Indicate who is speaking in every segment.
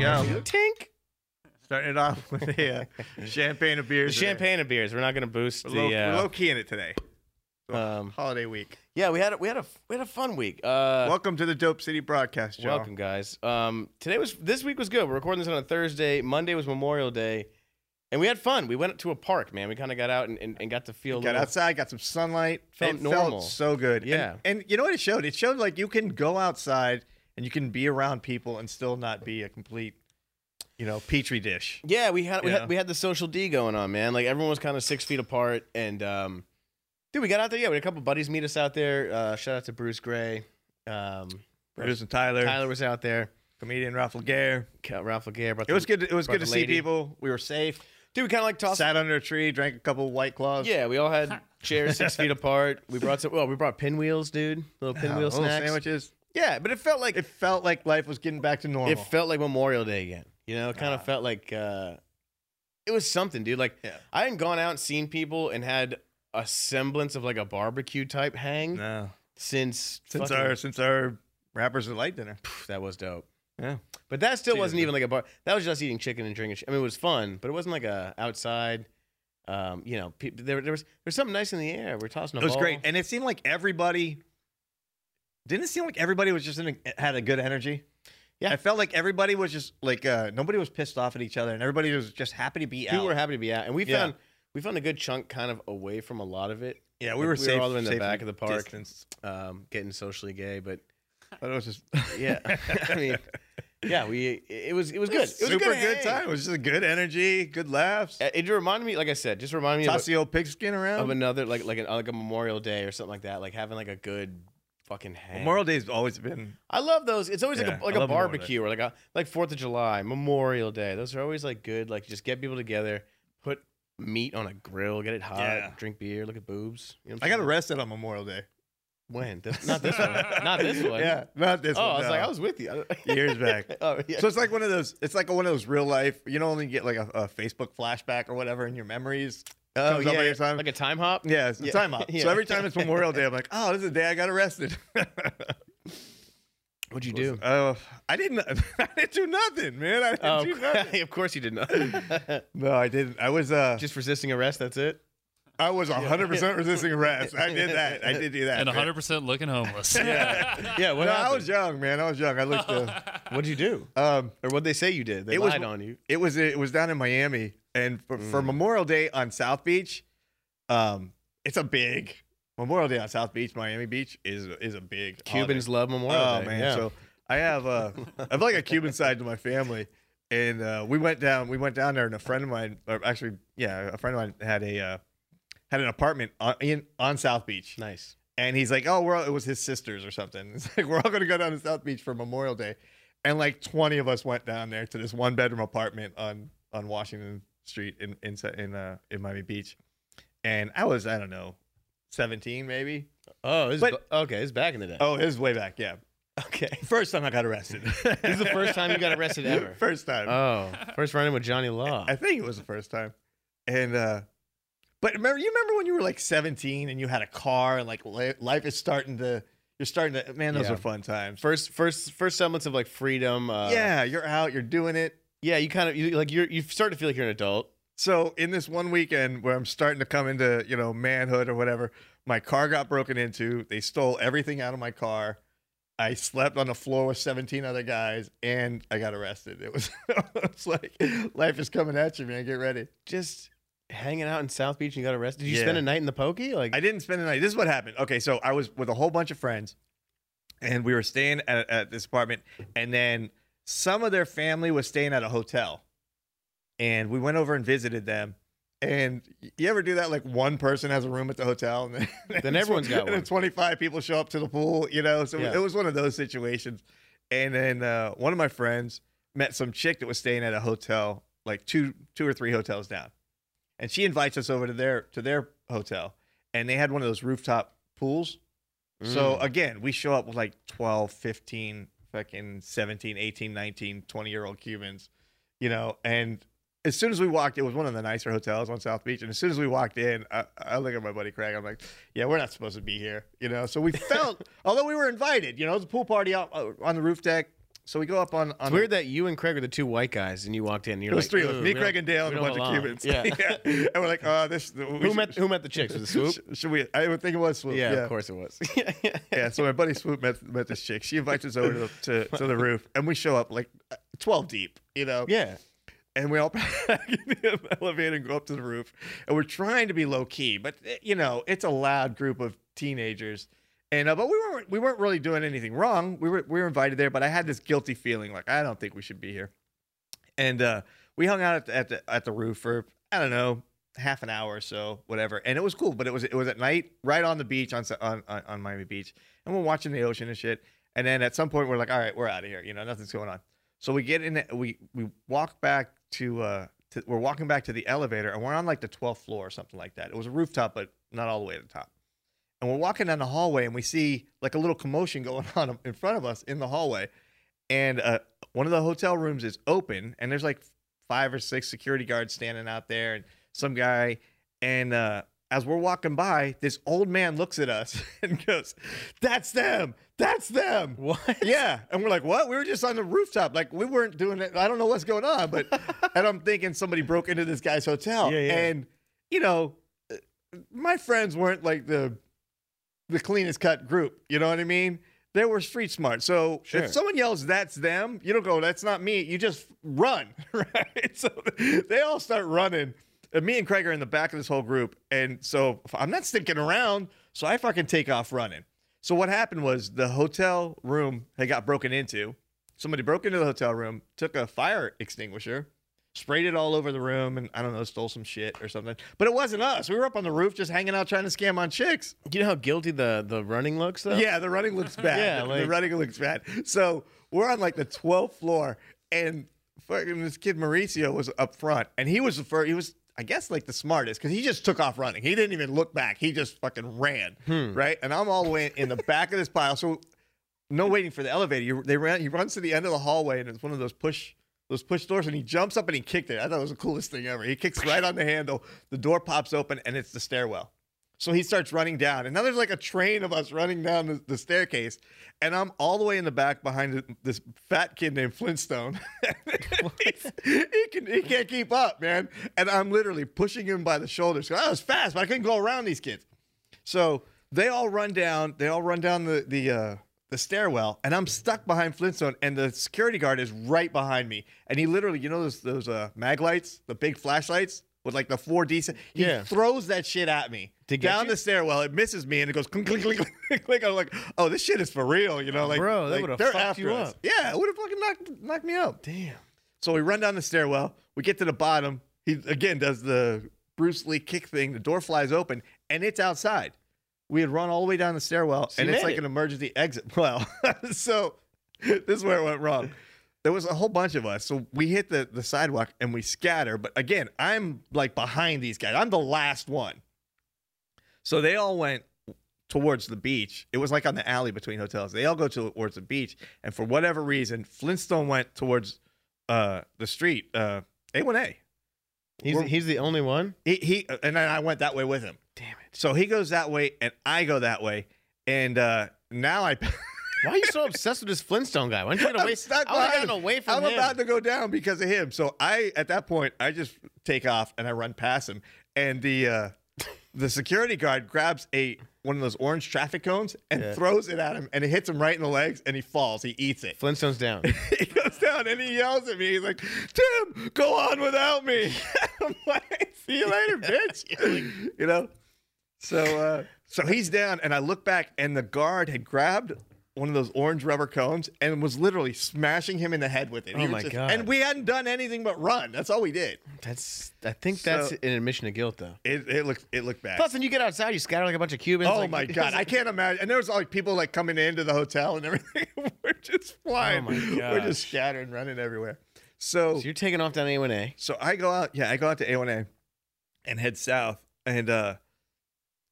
Speaker 1: go.
Speaker 2: Tink.
Speaker 1: Starting it off with a uh, champagne of beers.
Speaker 2: The champagne and beers. We're not going to boost
Speaker 1: We're
Speaker 2: the.
Speaker 1: low,
Speaker 2: uh,
Speaker 1: we're low key in it today.
Speaker 2: um,
Speaker 1: Holiday week.
Speaker 2: yeah, we had a, we had a we had a fun week. Uh,
Speaker 1: Welcome to the Dope City broadcast, Joe.
Speaker 2: welcome, guys. Um, today was this week was good. We're recording this on a Thursday. Monday was Memorial Day, and we had fun. We went to a park, man. We kind of got out and, and, and got to feel. a
Speaker 1: Got
Speaker 2: little,
Speaker 1: outside, got some sunlight.
Speaker 2: Felt
Speaker 1: it
Speaker 2: normal.
Speaker 1: Felt so good. And-
Speaker 2: Yeah.
Speaker 1: And, you know what it showed? It showed like you can go outside and you can be around people and still not be a complete, you know, petri dish.
Speaker 2: Yeah, we had, we
Speaker 1: Yeah.
Speaker 2: had we had the social D going on, man. Like everyone was kind of six feet apart, and um, dude, we got out there. Yeah, we had a couple buddies meet us out there. Uh, shout out to Bruce Gray. Um,
Speaker 1: Producing Tyler,
Speaker 2: Tyler was out there.
Speaker 1: comedian Ralph Laguerre.
Speaker 2: Cal- Ralph Laguerre. brought
Speaker 1: It
Speaker 2: the-
Speaker 1: was good. To, it was
Speaker 2: brought
Speaker 1: good to
Speaker 2: the
Speaker 1: see
Speaker 2: lady.
Speaker 1: people. We were safe.
Speaker 2: Dude, we kind of like tossed.
Speaker 1: Sat under a tree, drank a couple white claws.
Speaker 2: Yeah, we all had chairs six feet apart. We brought some. Well, we brought pinwheels, dude. Little
Speaker 1: Uh,
Speaker 2: pinwheel
Speaker 1: little
Speaker 2: snacks.
Speaker 1: sandwiches.
Speaker 2: Yeah, but it felt like
Speaker 1: It
Speaker 2: it,
Speaker 1: felt like life was getting back to normal.
Speaker 2: felt like Memorial Day again. You know, it kind of felt like uh, it was something, dude. Like
Speaker 1: Yeah.
Speaker 2: I hadn't gone out and seen people and had a semblance of like a barbecue type hang.
Speaker 1: no.
Speaker 2: since
Speaker 1: Since
Speaker 2: fucking-
Speaker 1: our since our rappers at light dinner.
Speaker 2: pff, that was dope.
Speaker 1: Yeah.
Speaker 2: But that still
Speaker 1: Cheers,
Speaker 2: wasn't
Speaker 1: man.
Speaker 2: even like a bar. That was just eating chicken and drinking. Sh- I mean, it was fun, but it wasn't like a outside. Um, you know, pe- there there was there's something nice in the air. We're tossing a
Speaker 1: It was
Speaker 2: ball.
Speaker 1: great, and it seemed like everybody. Didn't it seem like everybody was just in a, had a good energy?
Speaker 2: Yeah.
Speaker 1: I felt like everybody was just like uh, nobody was pissed off at each other, and everybody was just happy to be out.
Speaker 2: People were happy to be out, and we
Speaker 1: Yeah.
Speaker 2: found we found a good chunk kind of away from a lot of it,
Speaker 1: yeah, we
Speaker 2: like,
Speaker 1: were
Speaker 2: we were
Speaker 1: safe.
Speaker 2: all in the
Speaker 1: safe
Speaker 2: back of the park.
Speaker 1: distance.
Speaker 2: um, getting socially gay. But
Speaker 1: But it was just
Speaker 2: yeah, I mean, yeah, we it was it was good. It was a
Speaker 1: super
Speaker 2: good, hang.
Speaker 1: time. It was just a good energy, good laughs.
Speaker 2: Uh, It reminded me, like I said, just reminded me of a-
Speaker 1: Toss the old pigskin
Speaker 2: of
Speaker 1: around.
Speaker 2: another like like an, uh, like a Memorial Day or something like that. Like having like a good fucking hang.
Speaker 1: Memorial Day's always been
Speaker 2: I love those. It's always
Speaker 1: Yeah,
Speaker 2: like a, like
Speaker 1: I
Speaker 2: a
Speaker 1: love Memorial Day.
Speaker 2: barbecue or like a like Fourth of July, Memorial Day. Those are always like good. Like just get people together, put meat on a grill, get it hot,
Speaker 1: Yeah.
Speaker 2: drink beer, look at boobs. You know what
Speaker 1: I
Speaker 2: I'm
Speaker 1: got
Speaker 2: saying?
Speaker 1: arrested on Memorial Day.
Speaker 2: when this, not this one, not this one.
Speaker 1: Yeah, not this
Speaker 2: Oh,
Speaker 1: one.
Speaker 2: I was
Speaker 1: no.
Speaker 2: like, I was with you
Speaker 1: years back.
Speaker 2: oh yeah.
Speaker 1: So it's like one of those. It's like one of those real life. You know, when you get like a, a Facebook flashback or whatever in your memories.
Speaker 2: oh,
Speaker 1: comes up
Speaker 2: yeah,
Speaker 1: on your
Speaker 2: yeah.
Speaker 1: time.
Speaker 2: like a time hop.
Speaker 1: Yeah, it's
Speaker 2: Yeah.
Speaker 1: a time out.
Speaker 2: Yeah.
Speaker 1: So every time it's Memorial Day, I'm like, oh, this is the day I got arrested.
Speaker 2: What'd you do?
Speaker 1: Oh, I didn't. I didn't do nothing, man. I didn't
Speaker 2: Oh,
Speaker 1: do nothing.
Speaker 2: of course you did not.
Speaker 1: No, I didn't. I was. Uh,
Speaker 2: just resisting arrest. That's it.
Speaker 1: I was 100 percent resisting arrest. I did that. I did do that.
Speaker 3: and
Speaker 1: man.
Speaker 3: 100 percent looking homeless.
Speaker 2: Yeah. What
Speaker 1: No, I
Speaker 2: happened?
Speaker 1: was young, man. I was young. I looked. Uh,
Speaker 2: What'd you do?
Speaker 1: um,
Speaker 2: Or what they say you did? They
Speaker 1: It was-
Speaker 2: lied on you.
Speaker 1: It was it was down in Miami, and for, for Memorial Day on South Beach, um, it's a big Memorial Day on South Beach, Miami Beach is is a big holiday.
Speaker 2: Cubans love Memorial
Speaker 1: Oh
Speaker 2: Day.
Speaker 1: man,
Speaker 2: yeah.
Speaker 1: so I have uh, I have like a Cuban side to my family, and uh, we went down we went down there, and a friend of mine, or actually, yeah, a friend of mine had a uh, had an apartment on in, on South Beach,
Speaker 2: nice.
Speaker 1: and he's like, "Oh, we're all, it was his sisters or something." It's like we're all going to go down to South Beach for Memorial Day, and like twenty of us went down there to this one bedroom apartment on on Washington Street in in Sa- in, uh, in Miami Beach, and I was I don't know, seventeen maybe.
Speaker 2: Oh, it's
Speaker 1: But-
Speaker 2: ba- okay. It's back in the day.
Speaker 1: Oh, it was way back. Yeah,
Speaker 2: okay.
Speaker 1: first time I got arrested. this
Speaker 2: This is the first time you got arrested ever.
Speaker 1: First time.
Speaker 2: Oh, first run in with Johnny Law.
Speaker 1: I think it was the first time, and. uh but remember, you remember when you were like 17 and you had a car and like li- life is starting to, you're starting to, man, those
Speaker 2: Yeah.
Speaker 1: were fun times.
Speaker 2: First, first, first semblance of like freedom. Uh,
Speaker 1: yeah, you're out, you're doing it.
Speaker 2: yeah. You kind of you like you're you start to feel like you're an adult.
Speaker 1: So in this one weekend where I'm starting to come into, you know, manhood or whatever, my car got broken into. They stole everything out of my car. I slept on the floor with 17 other guys and I got arrested. It was it's like life is coming at you, man. Get ready.
Speaker 2: Just hanging out in South Beach and you got arrested. Did you
Speaker 1: Yeah.
Speaker 2: spend a night in the pokey? Like
Speaker 1: I didn't spend the night. This is what happened. Okay, so I was with a whole bunch of friends, and we were staying at, at this apartment, and then some of their family was staying at a hotel, and we went over and visited them. And you ever do that? Like one person has a room at the hotel, and then,
Speaker 2: Then everyone's got
Speaker 1: and then
Speaker 2: one.
Speaker 1: Twenty-five people show up to the pool, you know. So
Speaker 2: Yeah.
Speaker 1: it was one of those situations. And then uh, one of my friends met some chick that was staying at a hotel, like two, two or three hotels down and she invites us over to their to their hotel and they had one of those rooftop pools
Speaker 2: mm. uh,
Speaker 1: so again we show up with like 12 15 fucking 17 18 19 20 year old cubans you know and as soon as we walked it was one of the nicer hotels on south beach and as soon as we walked in i, I look at my buddy craig i'm like yeah we're not supposed to be here you know so we felt although we were invited you know it was a pool party out uh, on the roof deck So we go up on. on
Speaker 2: It's weird that you and Craig are the two white guys, and you walked in. And
Speaker 1: It
Speaker 2: you're
Speaker 1: was
Speaker 2: like,
Speaker 1: three of us,
Speaker 2: "Ooh,
Speaker 1: me,
Speaker 2: we don't-
Speaker 1: Craig, and Dale,
Speaker 2: we
Speaker 1: and a bunch
Speaker 2: don't belong."
Speaker 1: of Cubans.
Speaker 2: Yeah.
Speaker 1: and we're like, oh, this.
Speaker 2: who met who met the chicks? Was it Swoop?
Speaker 1: Should we? I would think it was Swoop.
Speaker 2: yeah, of course it was.
Speaker 1: yeah, so my buddy Swoop met, met this chick. She invites us over to the, to, to the roof, and we show up like uh, 12 deep, you know?
Speaker 2: yeah.
Speaker 1: And we all pack in the elevator and go up to the roof. And we're trying to be low key, but, eh, you know, it's a loud group of teenagers. And, uh, but we weren't, we weren't really doing anything wrong. We were, we were invited there, but I had this guilty feeling like, I don't think we should be here. And uh, we hung out at the, at the, at the roof for, I don't know, half an hour or so, whatever. And it was cool, but it was, it was at night, right on the beach on, Sa- on, on, on Miami Beach and we're watching the ocean and shit. And then at some point, we're like, all right, we're out of here. You know, nothing's going on. So we get in, the- we we walk back to, uh, to we're walking back to the elevator, and we're on like the 12th floor or something like that. It was a rooftop, but not all the way to the top. And we're walking down the hallway, and we see like a little commotion going on in front of us in the hallway. And uh, one of the hotel rooms is open, and there's like five or six security guards standing out there, and some guy. And uh, as we're walking by, this old man looks at us and goes, "That's them. That's them."
Speaker 2: What?
Speaker 1: Yeah, and we're like, "What? We were just on the rooftop. Like we weren't doing it. I don't know what's going on." But and I'm thinking somebody broke into this guy's hotel,
Speaker 2: Yeah, yeah.
Speaker 1: and you know, uh, my friends weren't like the the cleanest cut group. You know what I mean? They were street smart. So
Speaker 2: Sure.
Speaker 1: if someone yells, that's them, you don't go, that's not me. You just run, right? So they all start running. And me and Craig are in the back of this whole group. And so I'm not sticking around. So I fucking take off running. So what happened was the hotel room had got broken into. Somebody broke into the hotel room, took a fire extinguisher, sprayed it all over the room, and I don't know, stole some shit or something. But it wasn't us. We were up on the roof just hanging out trying to scam on chicks.
Speaker 2: You know how guilty the the running looks though.
Speaker 1: Yeah, the running looks bad.
Speaker 2: Yeah,
Speaker 1: The- the
Speaker 2: like-
Speaker 1: running looks bad. So we're on like the 12th floor, and fucking this kid Mauricio was up front, and he was the first. He was, I guess, like the smartest because he just took off running. He didn't even look back. He just fucking ran,
Speaker 2: Hmm.
Speaker 1: right? And I'm all the way in the back of this pile. So no waiting for the elevator. You, they ran. He runs to the end of the hallway, and it's one of those push those push doors, and he jumps up and he kicked it. I thought it was the coolest thing ever. He kicks right on the handle. The door pops open, and it's the stairwell. So he starts running down, and now there's like a train of us running down the, the staircase, and I'm all the way in the back behind th- this fat kid named Flintstone. He's- he can he can't keep up, man, and I'm literally pushing him by the shoulders. I was fast, but I couldn't go around these kids. So they all run down. They all run down the the uh, the stairwell, and I'm stuck behind Flintstone, and the security guard is right behind me, and he literally, you know those those uh, mag lights, the big flashlights with like the four D. He
Speaker 2: Yeah.
Speaker 1: throws that shit at me
Speaker 2: To get
Speaker 1: down
Speaker 2: you?
Speaker 1: the stairwell. It misses me, and it goes clink clink clink clink. clink. I'm like, oh, this shit is for real, you know? Like,
Speaker 2: bro, that
Speaker 1: like,
Speaker 2: would've
Speaker 1: they're
Speaker 2: fucked
Speaker 1: after
Speaker 2: you
Speaker 1: us.
Speaker 2: up.
Speaker 1: Yeah, it would have fucking knocked knocked me out.
Speaker 2: Damn.
Speaker 1: So we run down the stairwell. We get to the bottom. He again does the Bruce Lee kick thing. The door flies open, and it's outside. We had run all the way down the stairwell,
Speaker 2: So you
Speaker 1: and it's
Speaker 2: made
Speaker 1: like
Speaker 2: it.
Speaker 1: an emergency exit. Well, so this is where it went wrong. There was a whole bunch of us, so we hit the the sidewalk and we scatter. But again, I'm like behind these guys. I'm the last one. So they all went towards the beach. It was like on the alley between hotels. They all go towards the beach, and for whatever reason, Flintstone went towards uh, the street, uh, A1A.
Speaker 2: He's
Speaker 1: We're-
Speaker 2: he's the only one.
Speaker 1: He, he and then I went that way with him.
Speaker 2: Damn it.
Speaker 1: So he goes that way, and I go that way, and uh, now I
Speaker 2: Why are you so obsessed with this Flintstone guy? Why don't you get
Speaker 1: I'm
Speaker 2: away?
Speaker 1: stuck
Speaker 2: I would've
Speaker 1: behind
Speaker 2: gotten away from
Speaker 1: I'm
Speaker 2: him.
Speaker 1: about to go down because of him. So I, at that point, I just take off and I run past him, and the uh, the security guard grabs a one of those orange traffic cones and
Speaker 2: Yeah.
Speaker 1: throws it at him, and it hits him right in the legs, and he falls. He eats it.
Speaker 2: Flintstone's down.
Speaker 1: he goes down and he yells at me. He's like, "Tim, go on without me." I'm like, "See you later, bitch." you know. So, uh, so he's down, and I look back, and the guard had grabbed one of those orange rubber cones and was literally smashing him in the head with it. He
Speaker 2: Oh
Speaker 1: was
Speaker 2: my God.
Speaker 1: And we hadn't done anything but run. That's all we did.
Speaker 2: That's I think that's
Speaker 1: So-
Speaker 2: an admission of guilt though.
Speaker 1: It, it looked it looked bad.
Speaker 2: Plus, when you get outside, you scatter like a bunch of Cubans.
Speaker 1: Oh
Speaker 2: like-
Speaker 1: my god, I can't imagine. And there was like people like coming into the hotel and everything. We're just flying.
Speaker 2: Oh my
Speaker 1: We're
Speaker 2: gosh.
Speaker 1: just scattering, running everywhere. So,
Speaker 2: So you're taking off down A1A.
Speaker 1: So I go out, yeah, I go out to A1A and head south and uh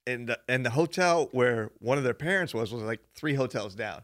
Speaker 1: and the, and the hotel where one of their parents was was like three hotels down.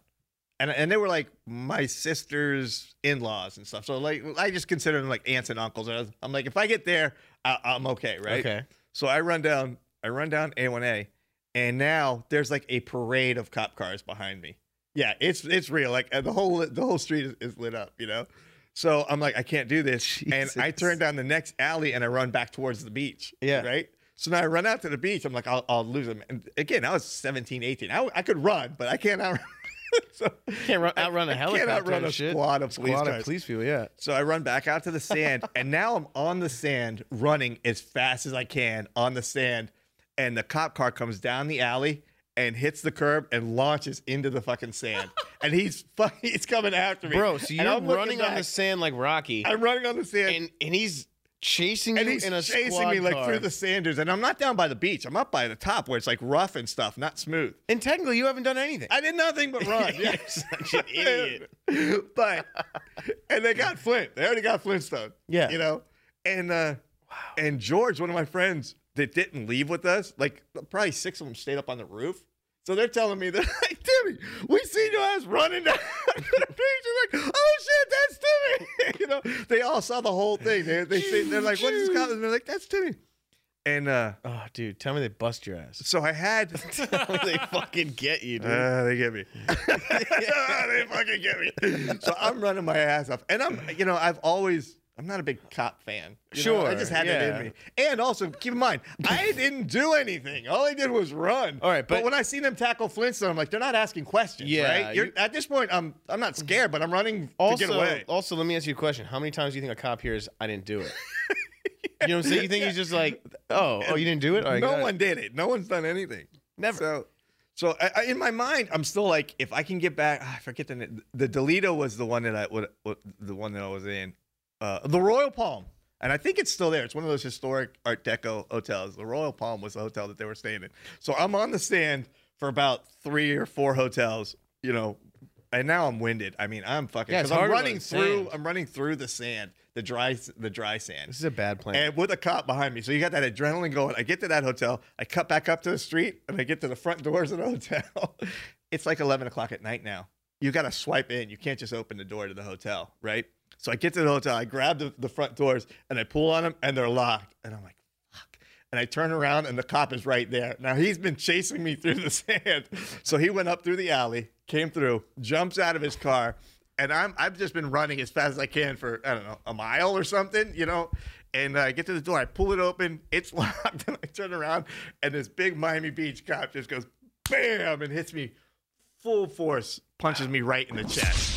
Speaker 1: And and they were like my sister's in-laws and stuff. So like I just consider them like aunts and uncles. And I was- I'm like if I get there, I, I'm okay, right?
Speaker 2: Okay.
Speaker 1: So I run down, I run down A1A, and now there's like a parade of cop cars behind me. yeah, it's it's real. Like uh, the whole the whole street is, is lit up, you know. So I'm like, I can't do this, and I
Speaker 2: Jesus.
Speaker 1: turn down the next alley and I run back towards the beach.
Speaker 2: Yeah.
Speaker 1: right. So now I run out to the beach. I'm like, I'll, I'll lose him. And again, I was 17, 18. I, I could run, but I can't outrun. so
Speaker 2: Can't run, outrun a
Speaker 1: I
Speaker 2: helicopter.
Speaker 1: can't outrun
Speaker 2: and
Speaker 1: a
Speaker 2: shit.
Speaker 1: squad of police
Speaker 2: Squad
Speaker 1: cars.
Speaker 2: of police people. Yeah.
Speaker 1: So I run back out to the sand, and now I'm on the sand, running as fast as I can on the sand. And the cop car comes down the alley and hits the curb and launches into the fucking sand. and he's fucking, he's coming after me,
Speaker 2: Bro, so
Speaker 1: And
Speaker 2: you're
Speaker 1: I'm looking
Speaker 2: running on
Speaker 1: back.
Speaker 2: the sand like Rocky,
Speaker 1: I'm running on the sand, and,
Speaker 2: and and he's chasing you
Speaker 1: he's
Speaker 2: in a
Speaker 1: chasing
Speaker 2: squad
Speaker 1: me like
Speaker 2: car.
Speaker 1: through the sand dunes. And I'm not down by the beach. I'm up by the top where it's like rough and stuff, not smooth.
Speaker 2: And technically, you haven't done anything.
Speaker 1: I did nothing but run.
Speaker 2: You're
Speaker 1: Yeah.
Speaker 2: such an idiot.
Speaker 1: but and they got Flint. They already got Flintstone.
Speaker 2: Yeah.
Speaker 1: You know? And uh and George, one of my friends that didn't leave with us, like probably six of them stayed up on the roof. So they're telling me, they're like, Timmy, we seen your ass running down the beach. They're like, oh shit, that's Timmy. you know, they all saw the whole thing. They, they see, they're like, what is this called? And they're like, that's Timmy. And uh,
Speaker 2: Oh, dude, tell me they bust your ass.
Speaker 1: so I had
Speaker 2: tell me they fucking get you, dude.
Speaker 1: Ah, they get me. they fucking get me. So I'm running my ass off, and I'm, you know, I've always, I'm not a big cop fan. you know? I
Speaker 2: Sure,
Speaker 1: just had that
Speaker 2: yeah.
Speaker 1: in me. And also, keep in mind, I didn't do anything. All I did was run.
Speaker 2: All right, but-
Speaker 1: when I seen them tackle Flintstone, I'm like, they're not asking questions,
Speaker 2: Yeah,
Speaker 1: right? You're,
Speaker 2: you-
Speaker 1: at this point, I'm, I'm not scared, but I'm running
Speaker 2: also,
Speaker 1: to get away.
Speaker 2: also, let me ask you a question. How many times do you think a cop hears, "I didn't do it"? You know what I'm saying? You think he's just like, "Oh, oh, you didn't do it"? All right,
Speaker 1: no
Speaker 2: got it.
Speaker 1: one did it. No one's done anything.
Speaker 2: Never.
Speaker 1: So, so I, I, in my mind, I'm still like, if I can get back, ah, I forget the name. The Delito was the one that I would, would- the one that I was in, uh, the Royal Palm, and I think it's still there. It's one of those historic Art Deco hotels. The Royal Palm was the hotel that they were staying in. So I'm on the stand for about three or four hotels, you know, and now I'm winded. I mean, I'm fucking
Speaker 2: Yeah, it's
Speaker 1: because I'm
Speaker 2: harder on
Speaker 1: running
Speaker 2: the
Speaker 1: through.
Speaker 2: sand.
Speaker 1: I'm running through the sand, the dry, the dry sand
Speaker 2: This is a bad plan.
Speaker 1: and with a cop behind me. So you got that adrenaline going. I get to that hotel, I cut back up to the street, and I get to the front doors of the hotel. it's like 11 o'clock at night now. You got to swipe in. You can't just open the door to the hotel, right? So I get to the hotel, I grab the, the front doors, and I pull on them, and they're locked. And I'm like, fuck. And I turn around, and the cop is right there. Now he's been chasing me through the sand. So he went up through the alley, came through, jumps out of his car. And I'm I've just been running as fast as I can for I don't know a mile or something, you know. And I get to the door, I pull it open, it's locked, and I turn around, and this big Miami Beach cop just goes bam and hits me full force, punches me right in the chest.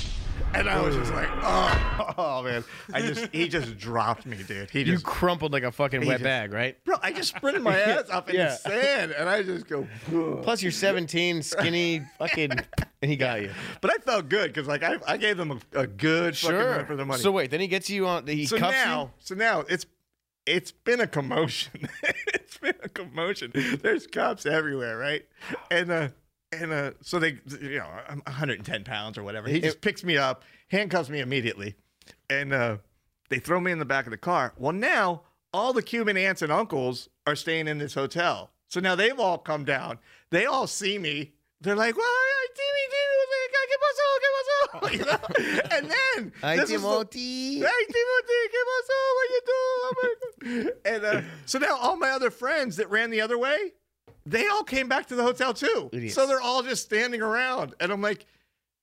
Speaker 1: And I was just like, oh, oh, man. I just he just dropped me, dude. He
Speaker 2: you
Speaker 1: just
Speaker 2: crumpled like a fucking wet
Speaker 1: just-
Speaker 2: bag, right?
Speaker 1: Bro, I just sprinted my ass off in
Speaker 2: Yeah.
Speaker 1: the sand and I just go "Ugh."
Speaker 2: Plus, you're 17, skinny, fucking, and he got you.
Speaker 1: But I felt good because like I, I gave them a, a good fucking run for their money.
Speaker 2: So wait, then he gets you on. He
Speaker 1: so
Speaker 2: cuffs
Speaker 1: now, so now it's it's been a commotion. it's been a commotion. There's cops everywhere, right? And uh, and uh, so they, you know, I'm 110 pounds or whatever. He just picks me up, handcuffs me immediately, and uh, they throw me in the back of the car. Well, now all the Cuban aunts and uncles are staying in this hotel, so now they've all come down. They all see me. They're like, "Well, I Timmy, Timmy, ¿qué pasó? ¿Qué pasó?" You know? And then
Speaker 2: you. Hi,
Speaker 1: this was the-
Speaker 2: Timothy.
Speaker 1: Hey, Timothy, ¿qué pasó? What you do? Oh, my God. and uh, so now all my other friends that ran the other way, they all came back to the hotel too.
Speaker 2: Idiots.
Speaker 1: So they're all just standing around, and I'm like,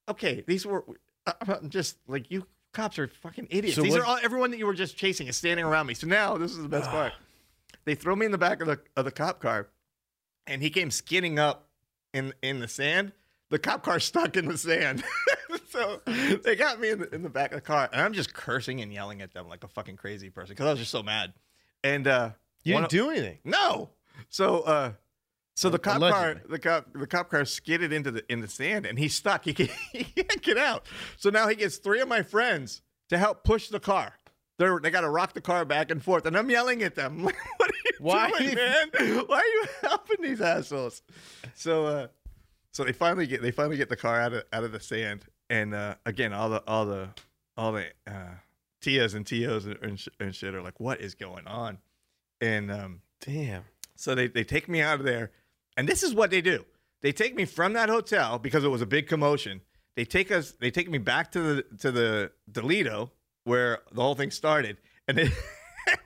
Speaker 1: okay, these were, I- I'm uh, just like you. Cops are fucking idiots.
Speaker 2: So
Speaker 1: These
Speaker 2: what-
Speaker 1: are all everyone that you were just chasing is standing around me. So now this is the best part. They throw me in the back of the of the cop car, and he came skinning up in in the sand. The cop car stuck in the sand, so they got me in the, in the back of the car, and I'm just cursing and yelling at them like a fucking crazy person because I was just so mad. And uh,
Speaker 2: You
Speaker 1: one
Speaker 2: didn't
Speaker 1: of-
Speaker 2: do anything.
Speaker 1: no, so uh, so the cop car,
Speaker 2: Allegedly.
Speaker 1: the cop, the cop car skidded into the in the sand, and he's stuck. He can't, he can't get out. So now he gets three of my friends to help push the car. They're, they got to rock the car back and forth, and I'm yelling at them. Like, what are you
Speaker 2: Why?
Speaker 1: doing, man? Why are you helping these assholes? So, uh, so they finally get they finally get the car out of out of the sand, and uh, again, all the all the all the uh, tias and tos and, and, sh- and shit are like, what is going on? And um,
Speaker 2: Damn.
Speaker 1: so they, they take me out of there. And this is what they do. They take me from that hotel because it was a big commotion. They take us they take me back to the to the Delito where the whole thing started. And they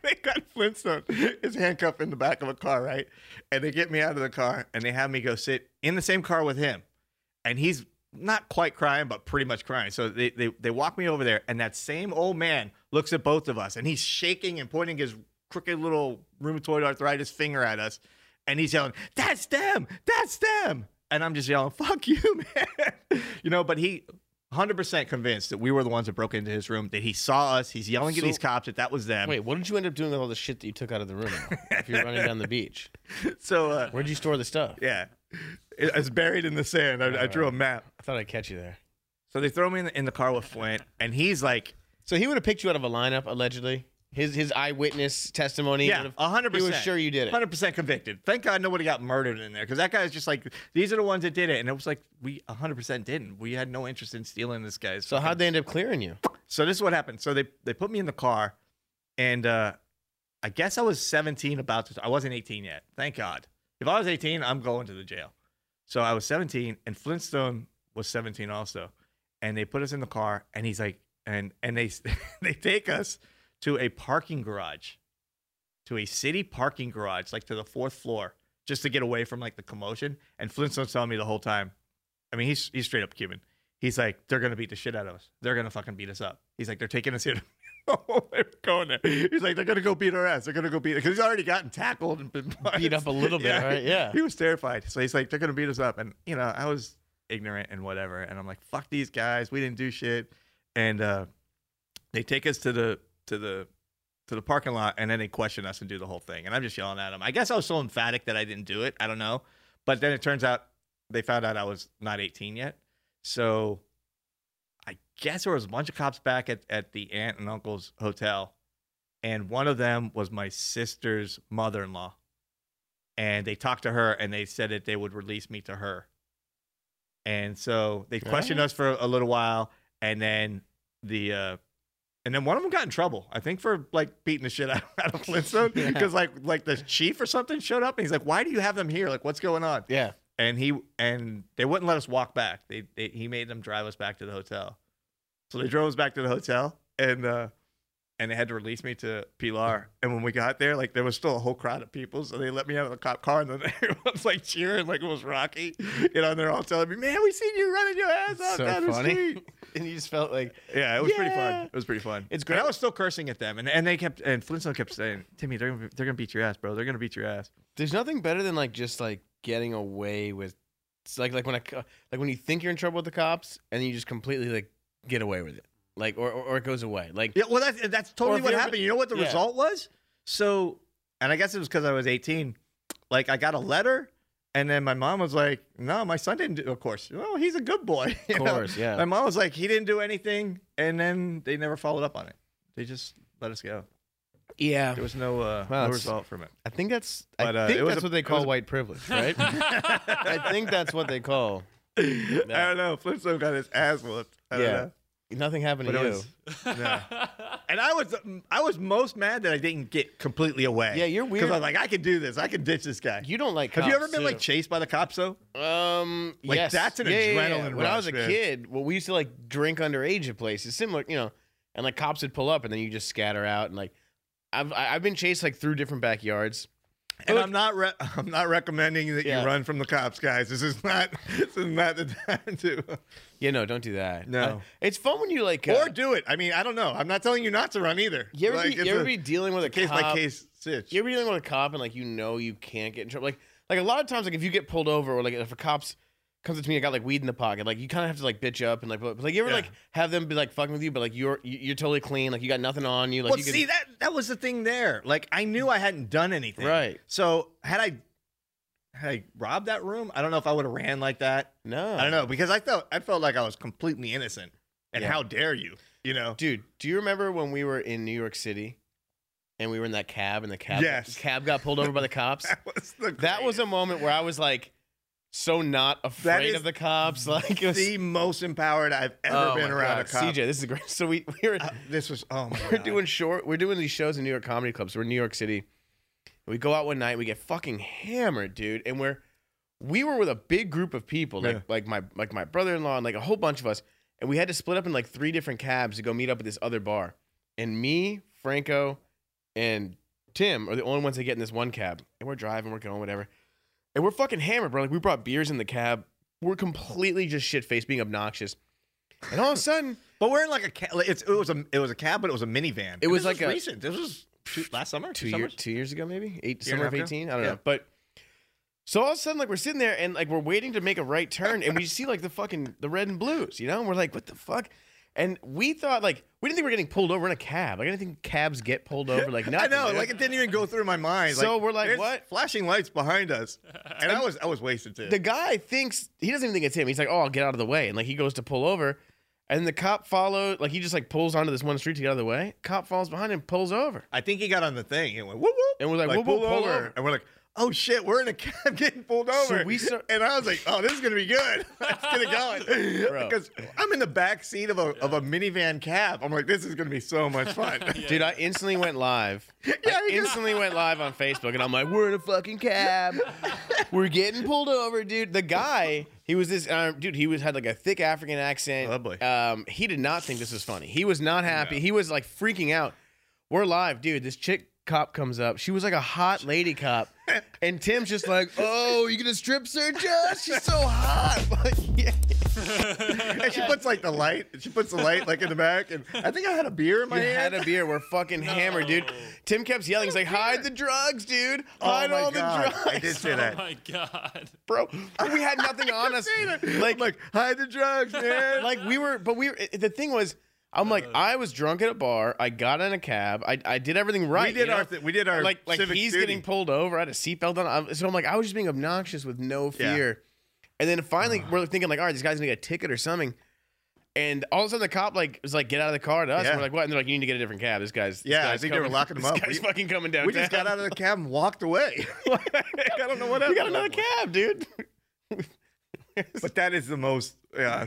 Speaker 1: they got Flintstone is handcuffed in the back of a car, right? And they get me out of the car and they have me go sit in the same car with him. And he's not quite crying, but pretty much crying. So they, they, they walk me over there, and that same old man looks at both of us, and he's shaking and pointing his crooked little rheumatoid arthritis finger at us, and he's yelling, "That's them! That's them!" And I'm just yelling, "Fuck you, man!" you know. But he, 100% convinced that we were the ones that broke into his room. That he saw us. He's yelling at
Speaker 2: So-
Speaker 1: these cops that that was them.
Speaker 2: Wait, what did you end up doing with all the shit that you took out of the room? if you're running down the beach,
Speaker 1: So uh,
Speaker 2: where'd you store the stuff?
Speaker 1: yeah, It- it's buried in the sand. I, I drew a map.
Speaker 2: I thought I'd catch you there.
Speaker 1: So they throw me in the, in the car with Flint, and he's like,
Speaker 2: So he would have picked you out of a lineup allegedly. His his eyewitness testimony.
Speaker 1: "Yeah,
Speaker 2: would've-
Speaker 1: hundred
Speaker 2: He
Speaker 1: percent."
Speaker 2: was sure you did it.
Speaker 1: Hundred percent convicted. Thank God nobody got murdered in there, because that guy's just like, "These are the ones that did it," and it was like we hundred percent didn't. We had no interest in stealing this guy's.
Speaker 2: So how'd they end up clearing you?
Speaker 1: So this is what happened. So they they put me in the car, and uh, I guess I was 17, about to. I wasn't 18 yet. Thank God. If I was 18, I'm going to the jail. So I was 17, and Flintstone was 17 also, and they put us in the car, and he's like, and and they they take us to a parking garage, to a city parking garage, like to the fourth floor, just to get away from like the commotion. And Flintstone's telling me the whole time, I mean, he's he's straight up Cuban. He's like, they're gonna beat the shit out of us. They're gonna fucking beat us up. He's like, they're taking us here. Oh, they're going there. He's like, they're gonna go beat our ass. They're gonna go beat because he's already gotten tackled and been
Speaker 2: Beat up a little bit, right? Yeah.
Speaker 1: He was terrified. So he's like, they're gonna beat us up. And you know, I was ignorant and whatever. And I'm like, fuck these guys. We didn't do shit. And uh, they take us to the to the to the parking lot and then they question us and do the whole thing. And I'm just yelling at them. I guess I was so emphatic that I didn't do it. I don't know. But then it turns out they found out I was not 18 yet. So I guess there was a bunch of cops back at, at the aunt and uncle's hotel. And one of them was my sister's mother in law. And they talked to her and they said that they would release me to her. And so they
Speaker 2: All
Speaker 1: questioned
Speaker 2: right.
Speaker 1: us for a little while. And then the, uh, and then one of them got in trouble, I think, for like beating the shit out out of Flintstone
Speaker 2: Yeah.
Speaker 1: because like like the chief or something showed up and he's like, "Why do you have them here? Like, what's going on?"
Speaker 2: Yeah.
Speaker 1: and he and they wouldn't let us walk back. They, they he made them drive us back to the hotel. So they drove us back to the hotel and uh and they had to release me to Pilar. And when we got there, like there was still a whole crowd of people, so they let me out of the cop car and then everyone's like cheering like it was Rocky. You know, and they're all telling me, Man, we seen you running your ass out
Speaker 2: So
Speaker 1: down
Speaker 2: funny.
Speaker 1: the street.
Speaker 2: And you just felt like
Speaker 1: Yeah, it was pretty fun.
Speaker 2: Yeah.
Speaker 1: It was pretty fun.
Speaker 2: It's
Speaker 1: And I
Speaker 2: great.
Speaker 1: was still cursing at them and, and they kept and Flintstone kept saying, Timmy, they're gonna they're gonna beat your ass, bro. They're gonna beat your ass.
Speaker 2: There's nothing better than like just like getting away with it's like like when I co- like when you think you're in trouble with the cops and you just completely like get away with it. Like or, or, or it goes away. Like
Speaker 1: Yeah, well, that's that's
Speaker 2: Or
Speaker 1: totally
Speaker 2: if
Speaker 1: what
Speaker 2: you're-
Speaker 1: happened. You know what the
Speaker 2: yeah.
Speaker 1: result was? So, and I guess it was because I was 18. Like, I got a letter, and then my mom was like, "No, my son didn't do." Of course, well, he's a good boy. you
Speaker 2: of
Speaker 1: know?
Speaker 2: course, yeah.
Speaker 1: My mom was like, "He didn't do anything," and then they never followed up on it. They just let us go.
Speaker 2: yeah.
Speaker 1: There was no uh,
Speaker 2: Wow,
Speaker 1: no
Speaker 2: it's-
Speaker 1: result from it.
Speaker 2: I think that's
Speaker 1: But,
Speaker 2: I
Speaker 1: uh,
Speaker 2: think
Speaker 1: it was
Speaker 2: that's
Speaker 1: a-
Speaker 2: what they
Speaker 1: it
Speaker 2: call
Speaker 1: was a-
Speaker 2: white privilege, right? I think that's what they call.
Speaker 1: I don't know. Flintstone got his ass whooped. I don't
Speaker 2: Yeah.
Speaker 1: know.
Speaker 2: Nothing happened
Speaker 1: But
Speaker 2: to
Speaker 1: it
Speaker 2: you.
Speaker 1: was- And I was I was most mad that I didn't get completely away.
Speaker 2: Yeah, you're
Speaker 1: Because
Speaker 2: weird.
Speaker 1: I'm like, I can do this. I can ditch this guy.
Speaker 2: you don't like
Speaker 1: Have you
Speaker 2: cops,
Speaker 1: ever been like
Speaker 2: too.
Speaker 1: chased by the cops though?
Speaker 2: um
Speaker 1: Like,
Speaker 2: yes.
Speaker 1: that's an
Speaker 2: Yeah, yeah, yeah.
Speaker 1: adrenaline
Speaker 2: When I was a
Speaker 1: rush, man.
Speaker 2: kid, well we used to like drink underage at places similar, you know, and like cops would pull up and then you just scatter out and like I've I- I've been chased like through different backyards.
Speaker 1: And
Speaker 2: Look-
Speaker 1: I'm not re- I'm not recommending that
Speaker 2: Yeah.
Speaker 1: you run from the cops, guys. This is not this is not the time to
Speaker 2: Yeah, no, don't do that.
Speaker 1: No.
Speaker 2: Uh, it's fun when you like. uh,
Speaker 1: or do it. I mean, I don't know. I'm not telling you not to run either.
Speaker 2: you ever,
Speaker 1: Like,
Speaker 2: be,
Speaker 1: it's
Speaker 2: you ever
Speaker 1: a
Speaker 2: be dealing with a
Speaker 1: case
Speaker 2: cop?
Speaker 1: by case sitch.
Speaker 2: You ever be dealing with a cop and like you know you can't get in trouble? Like like a lot of times like if you get pulled over or like if a cop's comes up to me, I got like weed in the pocket. Like you kind of have to like bitch up and like but, like you ever
Speaker 1: Yeah.
Speaker 2: like have them be like fucking with you, but like you're you- you're totally clean. Like you got nothing on you. Like
Speaker 1: well,
Speaker 2: you could-
Speaker 1: see that that was the thing there. Like I knew I hadn't done anything.
Speaker 2: right?
Speaker 1: So had I had I robbed that room, I don't know if I would have ran like that.
Speaker 2: No,
Speaker 1: I don't know because I felt I felt like I was completely innocent. And
Speaker 2: Yeah.
Speaker 1: how dare you? You know.
Speaker 2: dude. Do you remember when we were in New York City and we were in that cab and the cab
Speaker 1: Yes.
Speaker 2: cab got pulled over by the cops?
Speaker 1: That was the
Speaker 2: That was a
Speaker 1: greatest.
Speaker 2: moment where I was like so not afraid
Speaker 1: is
Speaker 2: of the cops. Like it was
Speaker 1: the most empowered I've ever
Speaker 2: Oh
Speaker 1: been
Speaker 2: my
Speaker 1: around
Speaker 2: God.
Speaker 1: a cop.
Speaker 2: CJ, this is great. So we we were
Speaker 1: Uh, this was oh my
Speaker 2: we're
Speaker 1: God.
Speaker 2: doing short we're doing these shows in New York comedy clubs. We're in New York City. We go out one night, we get fucking hammered, dude, and we're we were with a big group of people, like
Speaker 1: Yeah.
Speaker 2: like my like my brother-in-law and like a whole bunch of us, and we had to split up in like three different cabs to go meet up at this other bar. And me, Franco, and Tim are the only ones that get in this one cab. And we're driving, we're going, whatever. And we're fucking hammered, bro. Like we brought beers in the cab. were completely just shit faced, being obnoxious, and all of a sudden
Speaker 1: But we're in like a ca- like, it's it was a it was a cab, but it was a minivan.
Speaker 2: It was
Speaker 1: this
Speaker 2: like a-
Speaker 1: recent. This was two, last summer.
Speaker 2: two years
Speaker 1: summers?
Speaker 2: two years ago maybe eight
Speaker 1: Year and
Speaker 2: summer
Speaker 1: a
Speaker 2: of
Speaker 1: half ago?
Speaker 2: 18 i don't
Speaker 1: Yeah.
Speaker 2: know but so all of a sudden like we're sitting there and like we're waiting to make a right turn and we see like the fucking the red and blues you know and we're like what the fuck and we thought like we didn't think we were getting pulled over in a cab like i didn't think cabs get pulled over like
Speaker 1: I
Speaker 2: nothing,
Speaker 1: know,
Speaker 2: dude.
Speaker 1: like it didn't even go through my mind.
Speaker 2: So we're like,
Speaker 1: there's
Speaker 2: what?
Speaker 1: Flashing lights behind us, and I was I was wasted too.
Speaker 2: the guy thinks he doesn't even think it's him he's like oh i'll get out of the way and like he goes to pull over and the cop follows like he just like pulls onto this one street to get out of the way cop falls behind him pulls over
Speaker 1: I think he got on the thing and went whoop whoop,
Speaker 2: And we're like, whoop, whoop, pull over.
Speaker 1: and we're like, oh shit, we're in a cab getting pulled over.
Speaker 2: we start-
Speaker 1: and I was like, oh, this is gonna be good. Let's get it going
Speaker 2: Bro.
Speaker 1: because I'm in the back seat of a of a minivan cab. I'm like, this is gonna be so much fun.
Speaker 2: Dude, I instantly went live.
Speaker 1: Yeah,
Speaker 2: I
Speaker 1: you just-
Speaker 2: instantly went live on Facebook, and I'm like, "We're in a fucking cab. We're getting pulled over, dude." The guy, he was this um, dude. He was had like a thick African accent.
Speaker 1: Oh, boy.
Speaker 2: Um, he did not think this was funny. He was not happy. He was like freaking out. We're live, dude. This chick cop comes up. She was like a hot lady cop, and Tim's just like, "Oh, you gonna strip search us? She's so hot." Like, yeah.
Speaker 1: and she puts like the light. She puts the light like in the back, and I think I had a beer in my
Speaker 2: We
Speaker 1: hand.
Speaker 2: had a beer. We're fucking hammered, dude. Oh
Speaker 3: No.
Speaker 2: Tim kept yelling, he's like, hide the drugs, dude. Hide
Speaker 1: Oh my
Speaker 2: all
Speaker 1: God.
Speaker 2: the
Speaker 1: I
Speaker 2: drugs,
Speaker 1: did say
Speaker 3: Oh
Speaker 1: that.
Speaker 3: my god.
Speaker 2: bro. We had nothing on us.
Speaker 1: Like,
Speaker 2: Like, like,
Speaker 1: like hide the drugs, man.
Speaker 2: we were, but we were, it- the thing was, I'm
Speaker 1: Uh.
Speaker 2: like, I was drunk at a bar. I got in a cab. I, I did everything right.
Speaker 1: we did
Speaker 2: you know?
Speaker 1: our th- we did our
Speaker 2: like, like
Speaker 1: civic
Speaker 2: he's
Speaker 1: duty.
Speaker 2: getting pulled over. I had a seatbelt on. I'm- So I'm like, I was just being obnoxious with no
Speaker 1: Yeah. Ah.
Speaker 2: fear. And then finally, we're thinking like, all right, this guy's gonna get a ticket or something. And all of a sudden, the cop like was like, "Get out of the car!" To us,
Speaker 1: Yeah.
Speaker 2: and we're like, "What?" And they're like, "You need to get a different cab." This guy's this
Speaker 1: Yeah, I
Speaker 2: guy's
Speaker 1: think they were
Speaker 2: coming-
Speaker 1: locking him
Speaker 2: this
Speaker 1: up.
Speaker 2: Guy's
Speaker 1: We-
Speaker 2: fucking coming down.
Speaker 1: we just got out of the cab and walked away. I don't know what
Speaker 2: We got
Speaker 1: happened.
Speaker 2: another cab, dude.
Speaker 1: But that is the most. Yeah,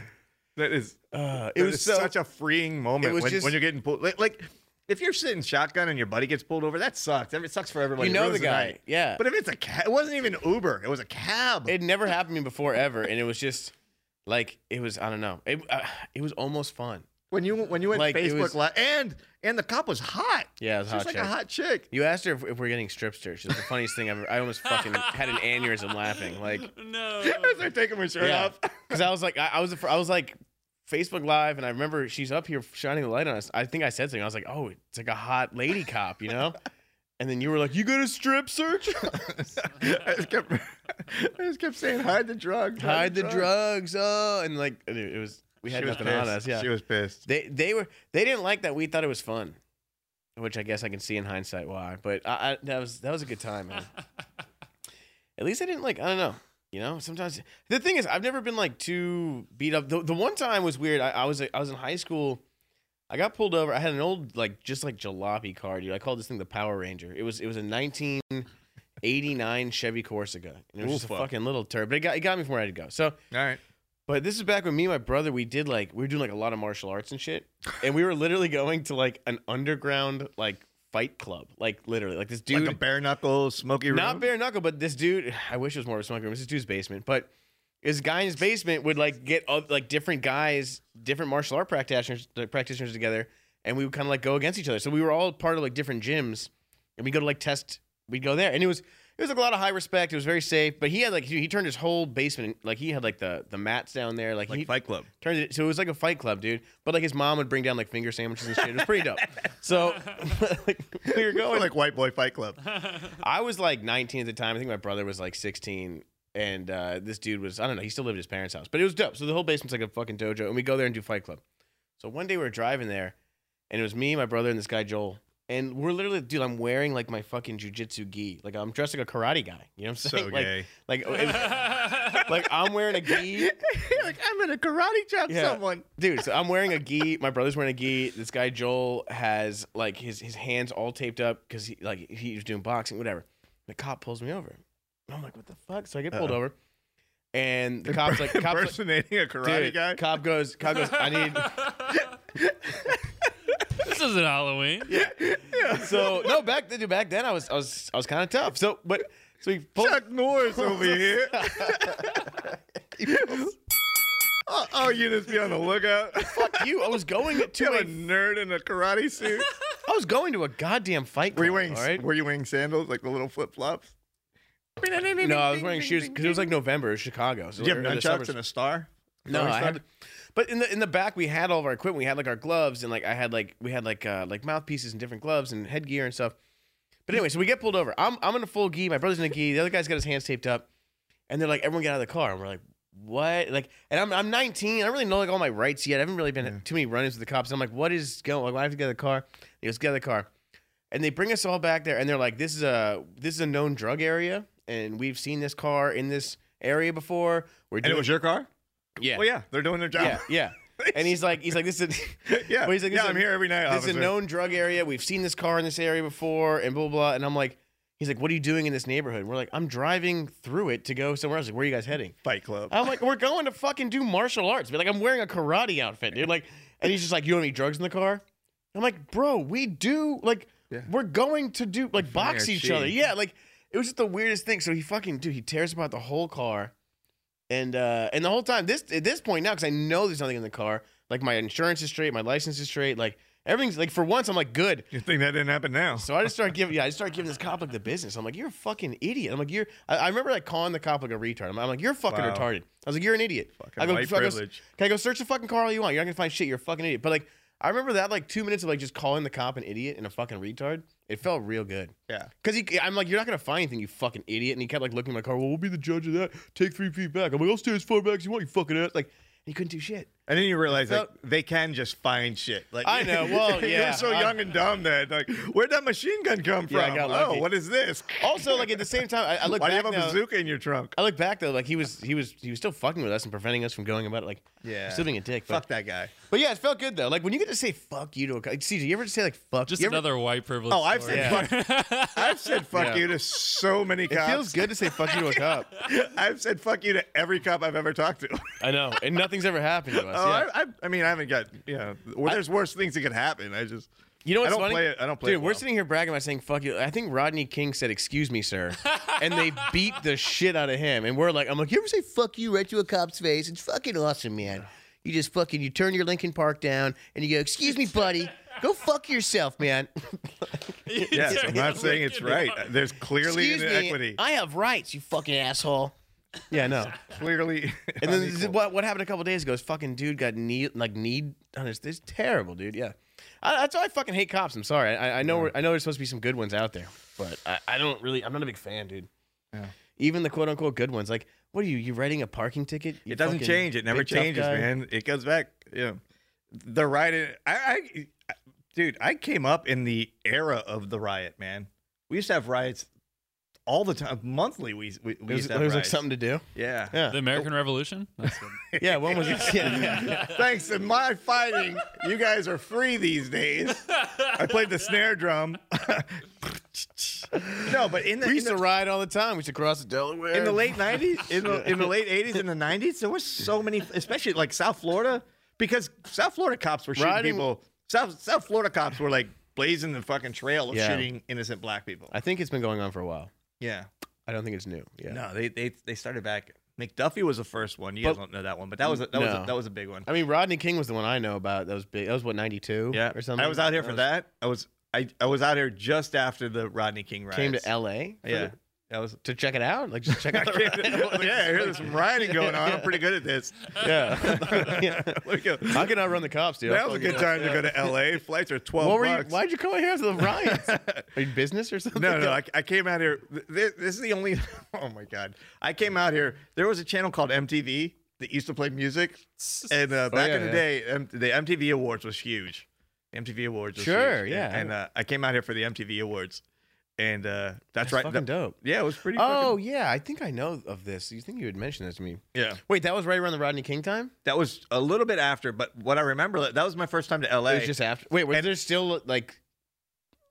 Speaker 1: that is.
Speaker 2: Uh,
Speaker 1: It was such a freeing moment
Speaker 2: it was
Speaker 1: when,
Speaker 2: just-
Speaker 1: when you're getting pulled. Like, like, if you're sitting shotgun and your buddy gets pulled over, that sucks. It sucks for everybody.
Speaker 2: you
Speaker 1: It
Speaker 2: know
Speaker 1: ruins
Speaker 2: the guy,
Speaker 1: night.
Speaker 2: yeah.
Speaker 1: But if it's a cab, it wasn't even Uber. It was a cab.
Speaker 2: it never happened to me before ever, and it was just like it was. I don't know. It uh, it was almost fun.
Speaker 1: when you when you went
Speaker 2: like, it
Speaker 1: Facebook
Speaker 2: was-
Speaker 1: Live, and and the cop was hot.
Speaker 2: Yeah, it was
Speaker 1: She
Speaker 2: hot
Speaker 1: was like
Speaker 2: chick.
Speaker 1: a hot chick.
Speaker 2: You asked her if, if we're getting strip searched. It was the funniest thing I've ever. I almost fucking had an aneurysm laughing. Like,
Speaker 3: no.
Speaker 1: As they're taking my shirt
Speaker 2: yeah,
Speaker 1: off.
Speaker 2: because I was like, I, I was, I was like, Facebook Live, and I remember she's up here shining the light on us. I think I said something. I was like, oh, it's like a hot lady cop, you know. And then you were like, "You got a strip search?
Speaker 1: I just kept, I just kept saying, "Hide the drugs,
Speaker 2: Hide the drugs!" Oh, and like it it was, we had
Speaker 1: she was
Speaker 2: nothing
Speaker 1: pissed.
Speaker 2: on us. Yeah,
Speaker 1: she was pissed.
Speaker 2: They they were they didn't like that. We thought it was fun, which I guess I can see in hindsight why. But I, I that was that was a good time, man. At least I didn't like I don't know. You know, sometimes the thing is I've never been like too beat up. The, the one time was weird. I, I was I was in high school. I got pulled over. I had an old like just like jalopy car, dude. I called this thing the Power Ranger. It was it was a 1989 Chevy Corsica. And it was just a
Speaker 1: Oofa.
Speaker 2: fucking little turd, but it got it got me from where I had to go. So
Speaker 1: All right.
Speaker 2: but this is back when me and my brother we did like we were doing like a lot of martial arts and shit, and we were literally going to like an underground like fight club, like literally like this dude,
Speaker 1: like a bare knuckle, smoky room.
Speaker 2: not bare knuckle, but this dude. I wish it was more of a smoking room. It's this dude's basement, but this guy in his basement would like get oth- like different guys, different martial art practitioners like, practitioners together, and we would kind of like go against each other. So we were all part of like different gyms, and we go to like test. We'd go there, and it was it was like a lot of high respect. It was very safe, but he had like he, he turned his whole basement like he had like the the mats down there, like,
Speaker 1: like
Speaker 2: he,
Speaker 1: Fight Club.
Speaker 2: Turned it so it was like a fight club, dude. But like his mom would bring down like finger sandwiches and shit. It was pretty dope. So like we were
Speaker 1: Going
Speaker 2: going.
Speaker 1: like White Boy Fight Club.
Speaker 2: I was like 19 at the time. I think my brother was like 16, and uh, this dude was I don't know. He still lived at his parents' house, but it was dope. So the whole basement's like a fucking dojo, and we go there and do fight club. So one day we were driving there, and it was me, my brother, and this guy Joel. And we're literally, dude, I'm wearing like my fucking jujitsu gi. Like I'm dressed like a karate guy. You know what I'm
Speaker 1: So
Speaker 2: saying? like,
Speaker 1: gay.
Speaker 2: like, it- like I'm wearing a gi.
Speaker 1: like I'm gonna karate chop
Speaker 2: Yeah.
Speaker 1: someone.
Speaker 2: dude. So I'm wearing a gi. My brother's wearing a gi. This guy Joel has like his his hands all taped up because he like he was doing boxing, whatever. The cop pulls me over. And I'm like, what the fuck? So I get pulled
Speaker 1: Uh-oh.
Speaker 2: over, and the cop's like, cop's like,
Speaker 1: Impersonating a karate
Speaker 2: dude,
Speaker 1: guy.
Speaker 2: cop goes, cop goes, I need.
Speaker 3: this isn't Halloween.
Speaker 2: So no, back then, dude, back then I was I was I was kind of tough. So but so he pulled.
Speaker 1: Chuck Norris over here. oh, oh, you just be on the lookout.
Speaker 2: Fuck you! I was going to
Speaker 1: You
Speaker 2: a,
Speaker 1: have a nerd in a karate suit.
Speaker 2: I was going to a goddamn fight.
Speaker 1: Were you
Speaker 2: club,
Speaker 1: wearing
Speaker 2: all right?
Speaker 1: Were you wearing sandals like the little flip flops?
Speaker 2: No, I was wearing shoes because it was like November, it was Chicago. So
Speaker 1: Did you have
Speaker 2: we're in the
Speaker 1: nunchucks
Speaker 2: suburbs.
Speaker 1: and a star?
Speaker 2: No,
Speaker 1: Throwing
Speaker 2: I
Speaker 1: star?
Speaker 2: had, but in the in the back we had all of our equipment. We had like our gloves and like I had like we had like uh, like mouthpieces and different gloves and headgear and stuff. But anyway, so we get pulled over. I'm I'm in a full gi. My brother's in a gi. The other guy's got his hands taped up, and they're like, everyone get out of the car. And we're like, what? Like, and I'm I'm 19. I don't really know like all my rights yet. I haven't really been
Speaker 1: Yeah.
Speaker 2: too many run-ins with the cops. I'm like, what is going? Like, why do I have to get out of the car? He goes, get out of the car. And they bring us all back there, and they're like, "This is a this is a known drug area, and we've seen this car in this area before." We're
Speaker 1: And it was your car?
Speaker 2: yeah,
Speaker 1: Well, yeah, they're doing their job.
Speaker 2: yeah, yeah. And he's like, he's like, this is,
Speaker 1: Yeah, yeah.
Speaker 2: Well, he's like, this
Speaker 1: I'm
Speaker 2: is-
Speaker 1: here every night.
Speaker 2: this is a
Speaker 1: officer.
Speaker 2: known drug area. We've seen this car in this area before, and blah blah. blah. And I'm like, he's like, what are you doing in this neighborhood? We're like, I'm driving through it to go somewhere else. Like, where are you guys heading?
Speaker 1: fight club.
Speaker 2: I'm like, we're going to fucking do martial arts. Be like, I'm wearing a karate outfit, dude. Like, and he's just like, you don't have any drugs in the car? I'm like, bro, we do. Like,
Speaker 1: Yeah.
Speaker 2: we're going to do like
Speaker 1: fighting
Speaker 2: box
Speaker 1: our
Speaker 2: each
Speaker 1: chi.
Speaker 2: other. Yeah, like it was just the weirdest thing. So he fucking dude, he tears apart the whole car, and uh and the whole time this at this point now because I know there's nothing in the car. Like my insurance is straight, my license is straight, like everything's like for once I'm like good.
Speaker 1: You think that didn't happen now?
Speaker 2: So I just started giving, yeah, I just started giving this cop like the business. I'm like, you're a fucking idiot. I'm like, you're. I, I remember like calling the cop like a retard. I'm, I'm like, you're fucking
Speaker 1: Wow.
Speaker 2: retarded. I was like, you're an idiot.
Speaker 1: Fucking
Speaker 2: I go,
Speaker 1: white
Speaker 2: I go,
Speaker 1: privilege.
Speaker 2: Can I go search the fucking car all you want? You're not gonna find shit. You're a fucking idiot. But like, I remember that like two minutes of like just calling the cop an idiot and a fucking retard. It felt real good.
Speaker 1: Yeah.
Speaker 2: Cause he, I'm like, you're not gonna find anything, you fucking idiot. And he kept like looking at my car. Well, we'll be the judge of that. Take three feet back. I'm like, I'll stay as far back as you want. You fucking ass. Like, he couldn't do shit.
Speaker 1: And then you realize like
Speaker 2: felt-
Speaker 1: they can just find shit. Like
Speaker 2: I know, well, yeah,
Speaker 1: you're so
Speaker 2: I-
Speaker 1: young and dumb that like where'd that machine gun come from?
Speaker 2: Yeah, I got lucky.
Speaker 1: oh, what is this?
Speaker 2: Also, like at the same time, I, I look
Speaker 1: Why do you have
Speaker 2: back
Speaker 1: a
Speaker 2: now-
Speaker 1: bazooka in your trunk?
Speaker 2: I look back though, like he was he was he was still fucking with us and preventing us from going about it. Like
Speaker 1: Yeah.
Speaker 2: still being a dick. But,
Speaker 1: Fuck that guy.
Speaker 2: but yeah, it felt good though. Like when you get to say fuck you to a guy, like, CJ, you ever just say like fuck?
Speaker 3: Just
Speaker 2: you ever-
Speaker 3: another white privilege.
Speaker 1: Oh, I've
Speaker 3: story.
Speaker 1: said
Speaker 3: fuck.
Speaker 1: I've said fuck
Speaker 2: Yeah.
Speaker 1: you to so many
Speaker 2: It
Speaker 1: cops.
Speaker 2: feels good to say fuck you to a cop.
Speaker 1: I've said fuck you to every cop I've ever talked to.
Speaker 2: I know, and nothing's ever happened to us.
Speaker 1: Oh,
Speaker 2: yeah.
Speaker 1: I, I, I mean, I haven't got you know. Well, there's worse things that could happen. I just
Speaker 2: you know what's
Speaker 1: I don't
Speaker 2: funny?
Speaker 1: play it. I don't play
Speaker 2: Dude,
Speaker 1: it.
Speaker 2: we're
Speaker 1: well.
Speaker 2: sitting here bragging about saying fuck you. I think Rodney King said, "Excuse me, sir," and they beat the shit out of him. And we're like, I'm like, you ever say fuck you right to a cop's face? It's fucking awesome, man. You just fucking you turn your Lincoln Park down and you go, "Excuse me, buddy." Go fuck yourself, man.
Speaker 1: Yes, I'm not saying it's right. There's clearly
Speaker 2: Excuse
Speaker 1: an
Speaker 2: me,
Speaker 1: inequity.
Speaker 2: I have rights, you fucking asshole. Yeah, no.
Speaker 1: Clearly,
Speaker 2: And then this is
Speaker 1: unequal.
Speaker 2: what what happened a couple days ago is fucking dude got knee like knee on his. This is terrible, dude. Yeah, I, that's why I fucking hate cops. I'm sorry. I, I know we're I know there's supposed to be some good ones out there, but I, I don't really. I'm not a big fan, dude.
Speaker 1: Yeah.
Speaker 2: Even the quote unquote good ones, like what are you? You writing a parking ticket? You
Speaker 1: it doesn't
Speaker 2: fucking
Speaker 1: change. It never
Speaker 2: big tough
Speaker 1: changes,
Speaker 2: guy?
Speaker 1: man. It goes back. You know, the riot. I, I, I, dude, I came up in the era of the riot, man. We used to have riots all the time, monthly. We we, we
Speaker 2: It was,
Speaker 1: used to have
Speaker 2: there was like
Speaker 1: riots.
Speaker 2: something to do.
Speaker 1: Yeah.
Speaker 2: Yeah,
Speaker 3: The American Revolution. That's
Speaker 2: yeah. One was yeah.
Speaker 1: Thanks to my fighting, you guys are free these days. I played the snare drum. no, but in the,
Speaker 2: we
Speaker 1: in
Speaker 2: used to
Speaker 1: the,
Speaker 2: ride all the time. We used to cross the Delaware
Speaker 1: in the late '90s, in the, in the late '80s, in the '90s, there was so many, especially like South Florida, because South Florida cops were shooting
Speaker 2: Riding-
Speaker 1: people. South South Florida cops were like blazing the fucking trail of
Speaker 2: Yeah.
Speaker 1: shooting innocent black people.
Speaker 2: I think it's been going on for a while.
Speaker 1: Yeah,
Speaker 2: I don't think it's new. Yeah.
Speaker 1: no, they they they started back. McDuffie was the first one. You guys
Speaker 2: But-
Speaker 1: don't know that one, but that was a, that was a,
Speaker 2: No.
Speaker 1: that was a big one.
Speaker 2: I mean, Rodney King was the one I know about. That was big. That was what ninety two,
Speaker 1: Yeah,
Speaker 2: or something. Uh,
Speaker 1: I was out here for that. I was I, I was out here just after the Rodney King riots.
Speaker 2: Came to L.A. for
Speaker 1: yeah,
Speaker 2: the-
Speaker 1: that was.
Speaker 2: to check it out, like just check
Speaker 1: I
Speaker 2: out. the
Speaker 1: came to-
Speaker 2: ride.
Speaker 1: yeah, I hear there's some rioting going on. I'm pretty good at this.
Speaker 2: yeah. yeah.
Speaker 1: Look at-
Speaker 2: I can outrun the cops, dude.
Speaker 1: That was a good time to go to L.A. Flights are twelve
Speaker 2: What were you?
Speaker 1: bucks.
Speaker 2: Why'd you come out here after the riots? Are you business or something?
Speaker 1: no, no, I, I came out here. th- This, this is the only. Oh my god, I came out here. There was a channel called MTV that used to play music, and uh, back
Speaker 2: Oh, yeah,
Speaker 1: in the
Speaker 2: yeah.
Speaker 1: day, M- the MTV Awards was huge. MTV Awards, was
Speaker 2: Sure,
Speaker 1: huge.
Speaker 2: yeah.
Speaker 1: And uh, I came out here for the MTV Awards, and uh, that's,
Speaker 2: That's
Speaker 1: right.
Speaker 2: fucking
Speaker 1: that-
Speaker 2: dope.
Speaker 1: Yeah, it was pretty.
Speaker 2: Oh
Speaker 1: fucking-
Speaker 2: yeah, I think I know of this. You think you had mentioned this to me?
Speaker 1: yeah.
Speaker 2: Wait, that was right around the Rodney King time.
Speaker 1: That was a little bit after, but what I remember that- that was my first time to LA.
Speaker 2: It was just after. Wait, was there still like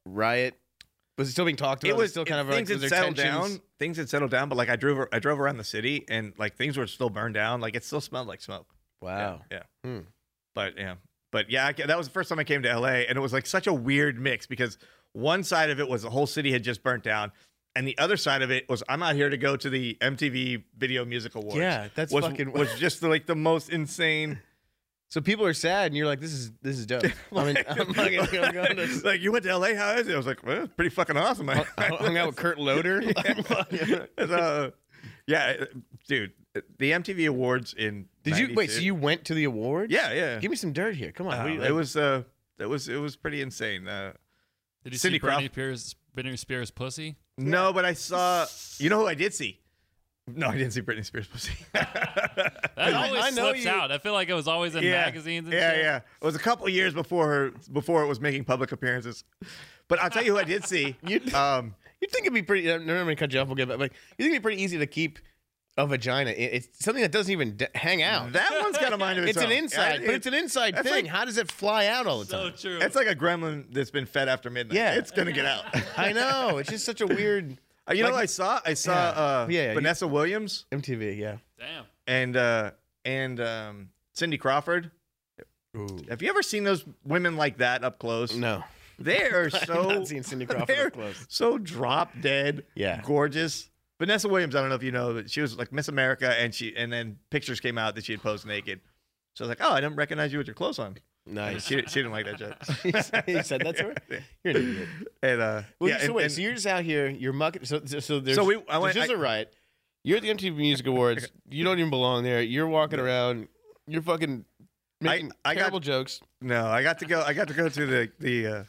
Speaker 2: riot? Was it still being talked about?
Speaker 1: it was
Speaker 2: still kind of like
Speaker 1: things had
Speaker 2: was there
Speaker 1: settled
Speaker 2: tensions?
Speaker 1: down. Things had settled down, but like I drove, I drove around the city, and like things were still burned down. Like it still smelled like smoke.
Speaker 2: Wow.
Speaker 1: Yeah. yeah.
Speaker 2: Hmm.
Speaker 1: But yeah. But yeah, I ca- that was the first time I came to LA, and it was like such a weird mix because one side of it was the whole city had just burnt down, and the other side of it was I'm out here to go to the MTV Video Music Awards.
Speaker 2: Yeah, that's
Speaker 1: was,
Speaker 2: fucking.
Speaker 1: was just like the most insane.
Speaker 2: So people are sad, and you're like, "This is this is dope." I mean, I'm fucking I'm going to
Speaker 1: like you went to LA, how is it? I was like, well, it's pretty fucking awesome. I,
Speaker 2: I hung out with Kurt Loder.
Speaker 1: yeah. So, uh, yeah, dude, the MTV Awards in
Speaker 2: Did you wait? So
Speaker 1: 92
Speaker 2: you went to the awards?
Speaker 1: yeah, yeah.
Speaker 2: Give me some dirt here. Come on.
Speaker 1: Uh,
Speaker 2: what do you-
Speaker 1: it was uh, it was it was pretty insane. Uh,
Speaker 3: Did you
Speaker 1: Cindy
Speaker 3: see Britney
Speaker 1: Crawf-
Speaker 3: Spears, Britney Spears pussy?
Speaker 1: No, but I saw. You know who I did see? No, I didn't see Britney Spears pussy.
Speaker 3: That
Speaker 2: I-
Speaker 3: always
Speaker 2: I know
Speaker 3: slips
Speaker 2: you-
Speaker 3: out. I feel like it was always in magazines and
Speaker 1: yeah,
Speaker 3: shit.
Speaker 1: yeah. It was a couple of years before her before it was making public appearances. But I'll tell you who I did see.
Speaker 2: You-
Speaker 1: um,
Speaker 2: You'd think it'd be pretty. I'm not gonna cut you off. We'll get back. But you think it'd be pretty easy to keep a vagina. It- It's something that doesn't even d- hang out.
Speaker 1: that one's got a mind of its,
Speaker 2: it's an
Speaker 1: own.
Speaker 2: inside,
Speaker 1: I-
Speaker 2: but it's an inside
Speaker 1: that's
Speaker 2: thing.
Speaker 1: like-
Speaker 2: How does it fly out all the
Speaker 3: So
Speaker 2: time?
Speaker 3: true.
Speaker 1: it's like a gremlin that's been fed after midnight.
Speaker 2: Yeah.
Speaker 1: it's gonna get out.
Speaker 2: I know. It's just such a weird
Speaker 1: Uh, you know,
Speaker 2: Like-
Speaker 1: what I saw I saw
Speaker 2: Yeah.
Speaker 1: Uh,
Speaker 2: Yeah, yeah, you-
Speaker 1: Vanessa Williams
Speaker 2: MTV. Yeah.
Speaker 3: Damn.
Speaker 1: and uh, and um, Cindy Crawford.
Speaker 2: Ooh.
Speaker 1: Have you ever seen those women like that up close?
Speaker 2: No.
Speaker 1: They are
Speaker 2: I've
Speaker 1: so
Speaker 2: not seen Cindy Crawford
Speaker 1: they're
Speaker 2: up close.
Speaker 1: so drop dead.
Speaker 2: Yeah.
Speaker 1: gorgeous. Vanessa Williams, I don't know if you know, but she was like Miss America, and she and then pictures came out that she had posed naked. So I was like, oh, I didn't recognize you with your clothes on. And
Speaker 2: Nice.
Speaker 1: she, she didn't like that joke.
Speaker 2: you said that to her. You're an idiot.
Speaker 1: And uh,
Speaker 2: Well,
Speaker 1: yeah,
Speaker 2: so
Speaker 1: and-
Speaker 2: wait,
Speaker 1: and-
Speaker 2: so you're just out here, you're mucking. So, so, so there's,
Speaker 1: So we- I went-
Speaker 2: there's just a riot. You're at the MTV Music Awards. You don't even belong there. You're walking around. You're fucking making
Speaker 1: I got-
Speaker 2: terrible jokes.
Speaker 1: no, I got to go. I got to go to the the uh,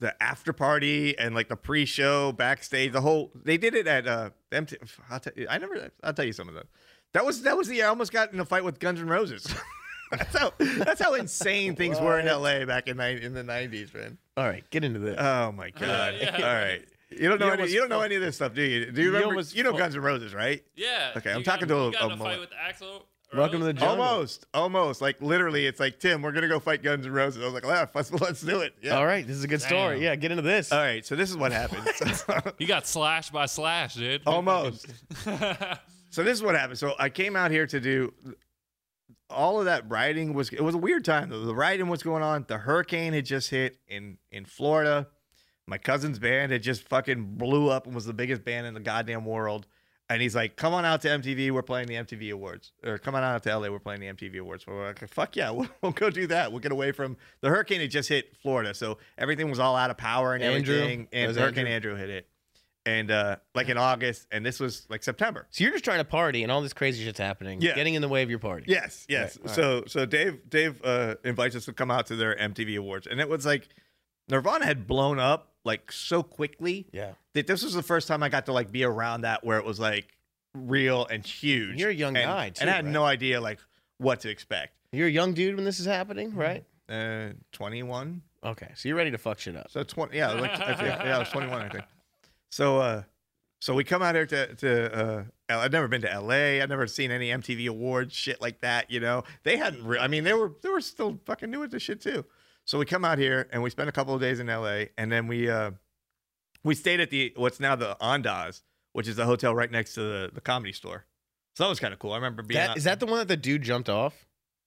Speaker 1: the after party and like the pre show backstage. The whole they did it at uh, MT. I'll tell you, I never. I'll tell you some of that. That was that was the year I almost got in a fight with Guns N' Roses. that's how that's how insane things were in L.A. back in ni- in the nineties, man.
Speaker 2: All right, get into this.
Speaker 1: Oh my god!
Speaker 3: yeah.
Speaker 1: All right, you don't know
Speaker 2: You
Speaker 1: any,
Speaker 2: almost
Speaker 1: you don't know any of this stuff, do you? Do you remember? You,
Speaker 2: almost
Speaker 1: know
Speaker 2: fu-
Speaker 1: Guns N' Roses, right?
Speaker 3: Yeah.
Speaker 1: Okay, I'm
Speaker 3: You
Speaker 1: talking
Speaker 3: got,
Speaker 1: to a-
Speaker 3: you got in
Speaker 1: a
Speaker 3: a
Speaker 1: mullet.
Speaker 3: fight with Axel.
Speaker 2: Welcome to the jungle.
Speaker 1: Almost, almost. Like literally, it's like Tim, we're gonna go fight Guns N' Roses. I was like, "Yeah, let's, let's do it. Yeah.
Speaker 2: All right, this is a good story.
Speaker 3: Damn.
Speaker 2: Yeah, get into this.
Speaker 1: All right. So this is what happened. So-
Speaker 3: You got slashed by slash, dude.
Speaker 1: almost.
Speaker 3: yeah.
Speaker 1: So this is what happened. So I came out here to do all of that rioting was it was a weird time though. The rioting was going on. The hurricane had just hit in in Florida. My cousin's band had just fucking blew up and was the biggest band in the goddamn world. And he's like, "Come on out to MTV. We're playing the MTV Awards, or come on out to LA. We're playing the MTV Awards." We're like, "Fuck yeah, we'll, we'll go do that. We'll get away from the hurricane had just hit Florida, so everything was all out of power and
Speaker 2: Andrew?
Speaker 1: everything.
Speaker 2: That
Speaker 1: And
Speaker 2: was
Speaker 1: Hurricane Andrew hit it, and uh, like in August, and this was like September.
Speaker 2: So you're just trying to party, and all this crazy shit's happening.
Speaker 1: Yeah.
Speaker 2: Getting in the way of your party.
Speaker 1: Yes, yes.
Speaker 2: Right, all
Speaker 1: so so Dave Dave uh, invites us to come out to their MTV Awards, and it was like Nirvana had blown up like so quickly
Speaker 2: Yeah.
Speaker 1: that this was the first time I got to like be around that where it was like real and huge.
Speaker 2: You're a young
Speaker 1: and,
Speaker 2: guy, too,
Speaker 1: and I had
Speaker 2: right?
Speaker 1: no idea like what to expect.
Speaker 2: You're a young dude when this is happening, right?
Speaker 1: Uh, twenty one.
Speaker 2: Okay, so you're ready to fuck shit up.
Speaker 1: So twenty. Yeah, like, I think, yeah, I was twenty one. I think. So uh, so we come out here to to uh, L- I'd never been to L.A. I'd never seen any MTV awards shit like that. You know, they hadn't. Re- I mean, they were they were still fucking new at this shit too. So we come out here and we spend a couple of days in L.A. and then we uh, we stayed at the what's now the Andaz, which is the hotel right next to the, the comedy store. So that was kind of cool. I remember being
Speaker 2: That,
Speaker 1: out-
Speaker 2: is that the one that the dude jumped off?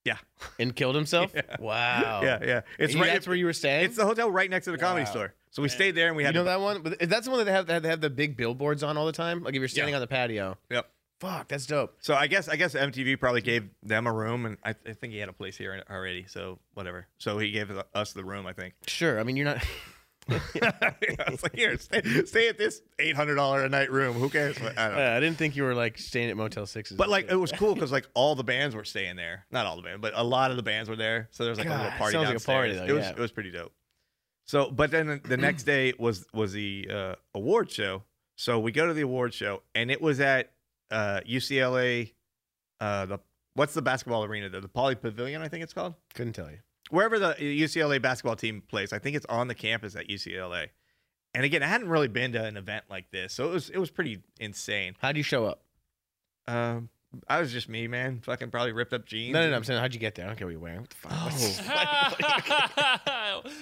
Speaker 1: Yeah.
Speaker 2: And killed himself?
Speaker 1: Yeah.
Speaker 2: Wow.
Speaker 1: yeah yeah. It's
Speaker 2: And
Speaker 1: right.
Speaker 2: That's where you were staying?
Speaker 1: it's the hotel right next to the comedy
Speaker 2: Wow.
Speaker 1: store. So we
Speaker 3: Man.
Speaker 1: stayed there and we had
Speaker 2: you know that one? But That's the one that they have, they have the big billboards on all the time. Like if you're standing on the patio.
Speaker 1: Yep.
Speaker 2: Fuck, that's dope.
Speaker 1: So I guess I guess MTV probably gave them a room, and I, I think he had a place here already. So whatever. So he gave us the room, I think.
Speaker 2: Sure. I mean, you're not.
Speaker 1: I was like, here, stay, stay at this eight hundred dollar a night room. Who cares? But, I don't know.
Speaker 2: I didn't think you were like staying at Motel Sixes.
Speaker 1: but like it was cool because like all the bands were staying there. Not all the bands, but a lot of the bands were there. So there was like a
Speaker 2: God,
Speaker 1: little party.
Speaker 2: sounds like a party,
Speaker 1: downstairs.
Speaker 2: though,
Speaker 1: It was
Speaker 2: yeah.
Speaker 1: it was pretty dope. So, but then the- the next day was was the uh, award show. So we go to the award show, and it was at uh, UCLA. Uh, the what's the basketball arena? The, the Poly Pavilion, I think it's called.
Speaker 2: couldn't tell you.
Speaker 1: wherever the uh, UCLA basketball team plays, I think it's on the campus at UCLA. And again, I hadn't really been to an event like this, so it was it was pretty insane.
Speaker 2: How'd you show up?
Speaker 1: Um, I was just me, man. Fucking probably ripped up jeans.
Speaker 2: No, no, no. I'm saying, how'd you get there? I don't care what you're wearing. What the fuck?
Speaker 1: Oh.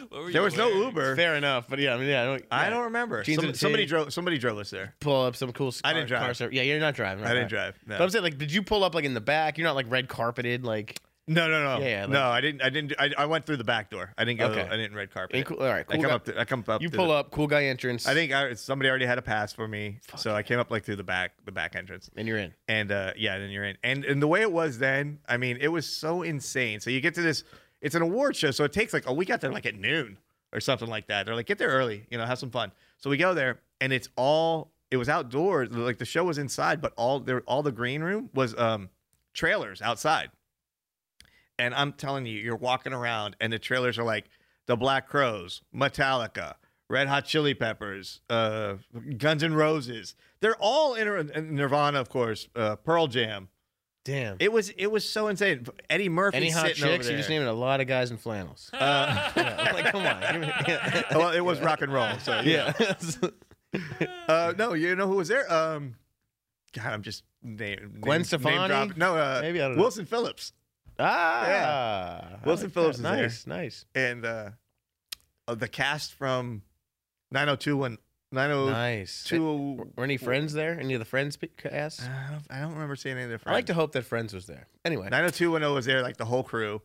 Speaker 3: What were you
Speaker 1: There was no
Speaker 3: wearing?
Speaker 1: Uber.
Speaker 2: Fair enough. But yeah, I mean, yeah, I don't.
Speaker 1: I
Speaker 2: yeah.
Speaker 1: don't remember.
Speaker 2: Jeans
Speaker 1: Some-
Speaker 2: and a
Speaker 1: somebody
Speaker 2: tee.
Speaker 1: drove. Somebody drove us there.
Speaker 2: pull up some cool.
Speaker 1: I didn't
Speaker 2: car-
Speaker 1: drive.
Speaker 2: car ser- yeah, you're not driving.
Speaker 1: I
Speaker 2: right?
Speaker 1: didn't drive. No.
Speaker 2: But I'm saying, like, did you pull up like in the back? You're not like red carpeted, like
Speaker 1: No, no, no,
Speaker 2: Yeah, yeah, like-
Speaker 1: no. I didn't. I didn't. do- I, I went through the back door. I didn't go.
Speaker 2: Okay.
Speaker 1: I didn't red carpet.
Speaker 2: Hey,
Speaker 1: it.
Speaker 2: cool- all right,
Speaker 1: I
Speaker 2: cool.
Speaker 1: come
Speaker 2: guy-
Speaker 1: up. To, I come up.
Speaker 2: you
Speaker 1: to
Speaker 2: pull
Speaker 1: the-
Speaker 2: up, cool guy entrance.
Speaker 1: I think I, somebody already had a pass for me,
Speaker 2: Fuck
Speaker 1: so I came up like through the back, the back entrance,
Speaker 2: and you're in.
Speaker 1: and uh, yeah, then you're in. And and the way it was then, I mean, it was so insane. So you get to this. It's an award show, so it takes like oh, we got there like at noon or something like that. They're like, get there early, you know, have some fun. So we go there, and it's all. It was outdoors, like the show was inside, but all there, all the green room was um trailers outside. And I'm telling you, you're walking around and the trailers are like The Black Crows, Metallica, Red Hot Chili Peppers, uh, Guns N' Roses. They're all in in Nirvana, of course, uh, Pearl Jam.
Speaker 2: Damn.
Speaker 1: It was it was so insane. Eddie Murphy
Speaker 2: Any hot
Speaker 1: sitting over
Speaker 2: chicks? You
Speaker 1: there. Uh,
Speaker 2: just naming a lot of guys in flannels. Yeah, like, come on. give me- yeah.
Speaker 1: Oh, well, it was rock and roll. So yeah. Uh, no, you know who was there? Um, God, I'm just name,
Speaker 2: Gwen
Speaker 1: name,
Speaker 2: Stefani?
Speaker 1: Name drop. No, uh,
Speaker 2: Maybe I don't know.
Speaker 1: Wilson Phillips.
Speaker 2: ah. I
Speaker 1: Wilson
Speaker 2: like
Speaker 1: Phillips
Speaker 2: that.
Speaker 1: is there.
Speaker 2: nice, Nice.
Speaker 1: and uh, uh the cast from 902
Speaker 2: Nice. Were-
Speaker 1: 902
Speaker 2: Were any friends there? Any of the friends pe- cast?
Speaker 1: I don't- I don't remember seeing any of their friends.
Speaker 2: I like to hope that Friends was there. Anyway,
Speaker 1: 90210 was there like the whole crew.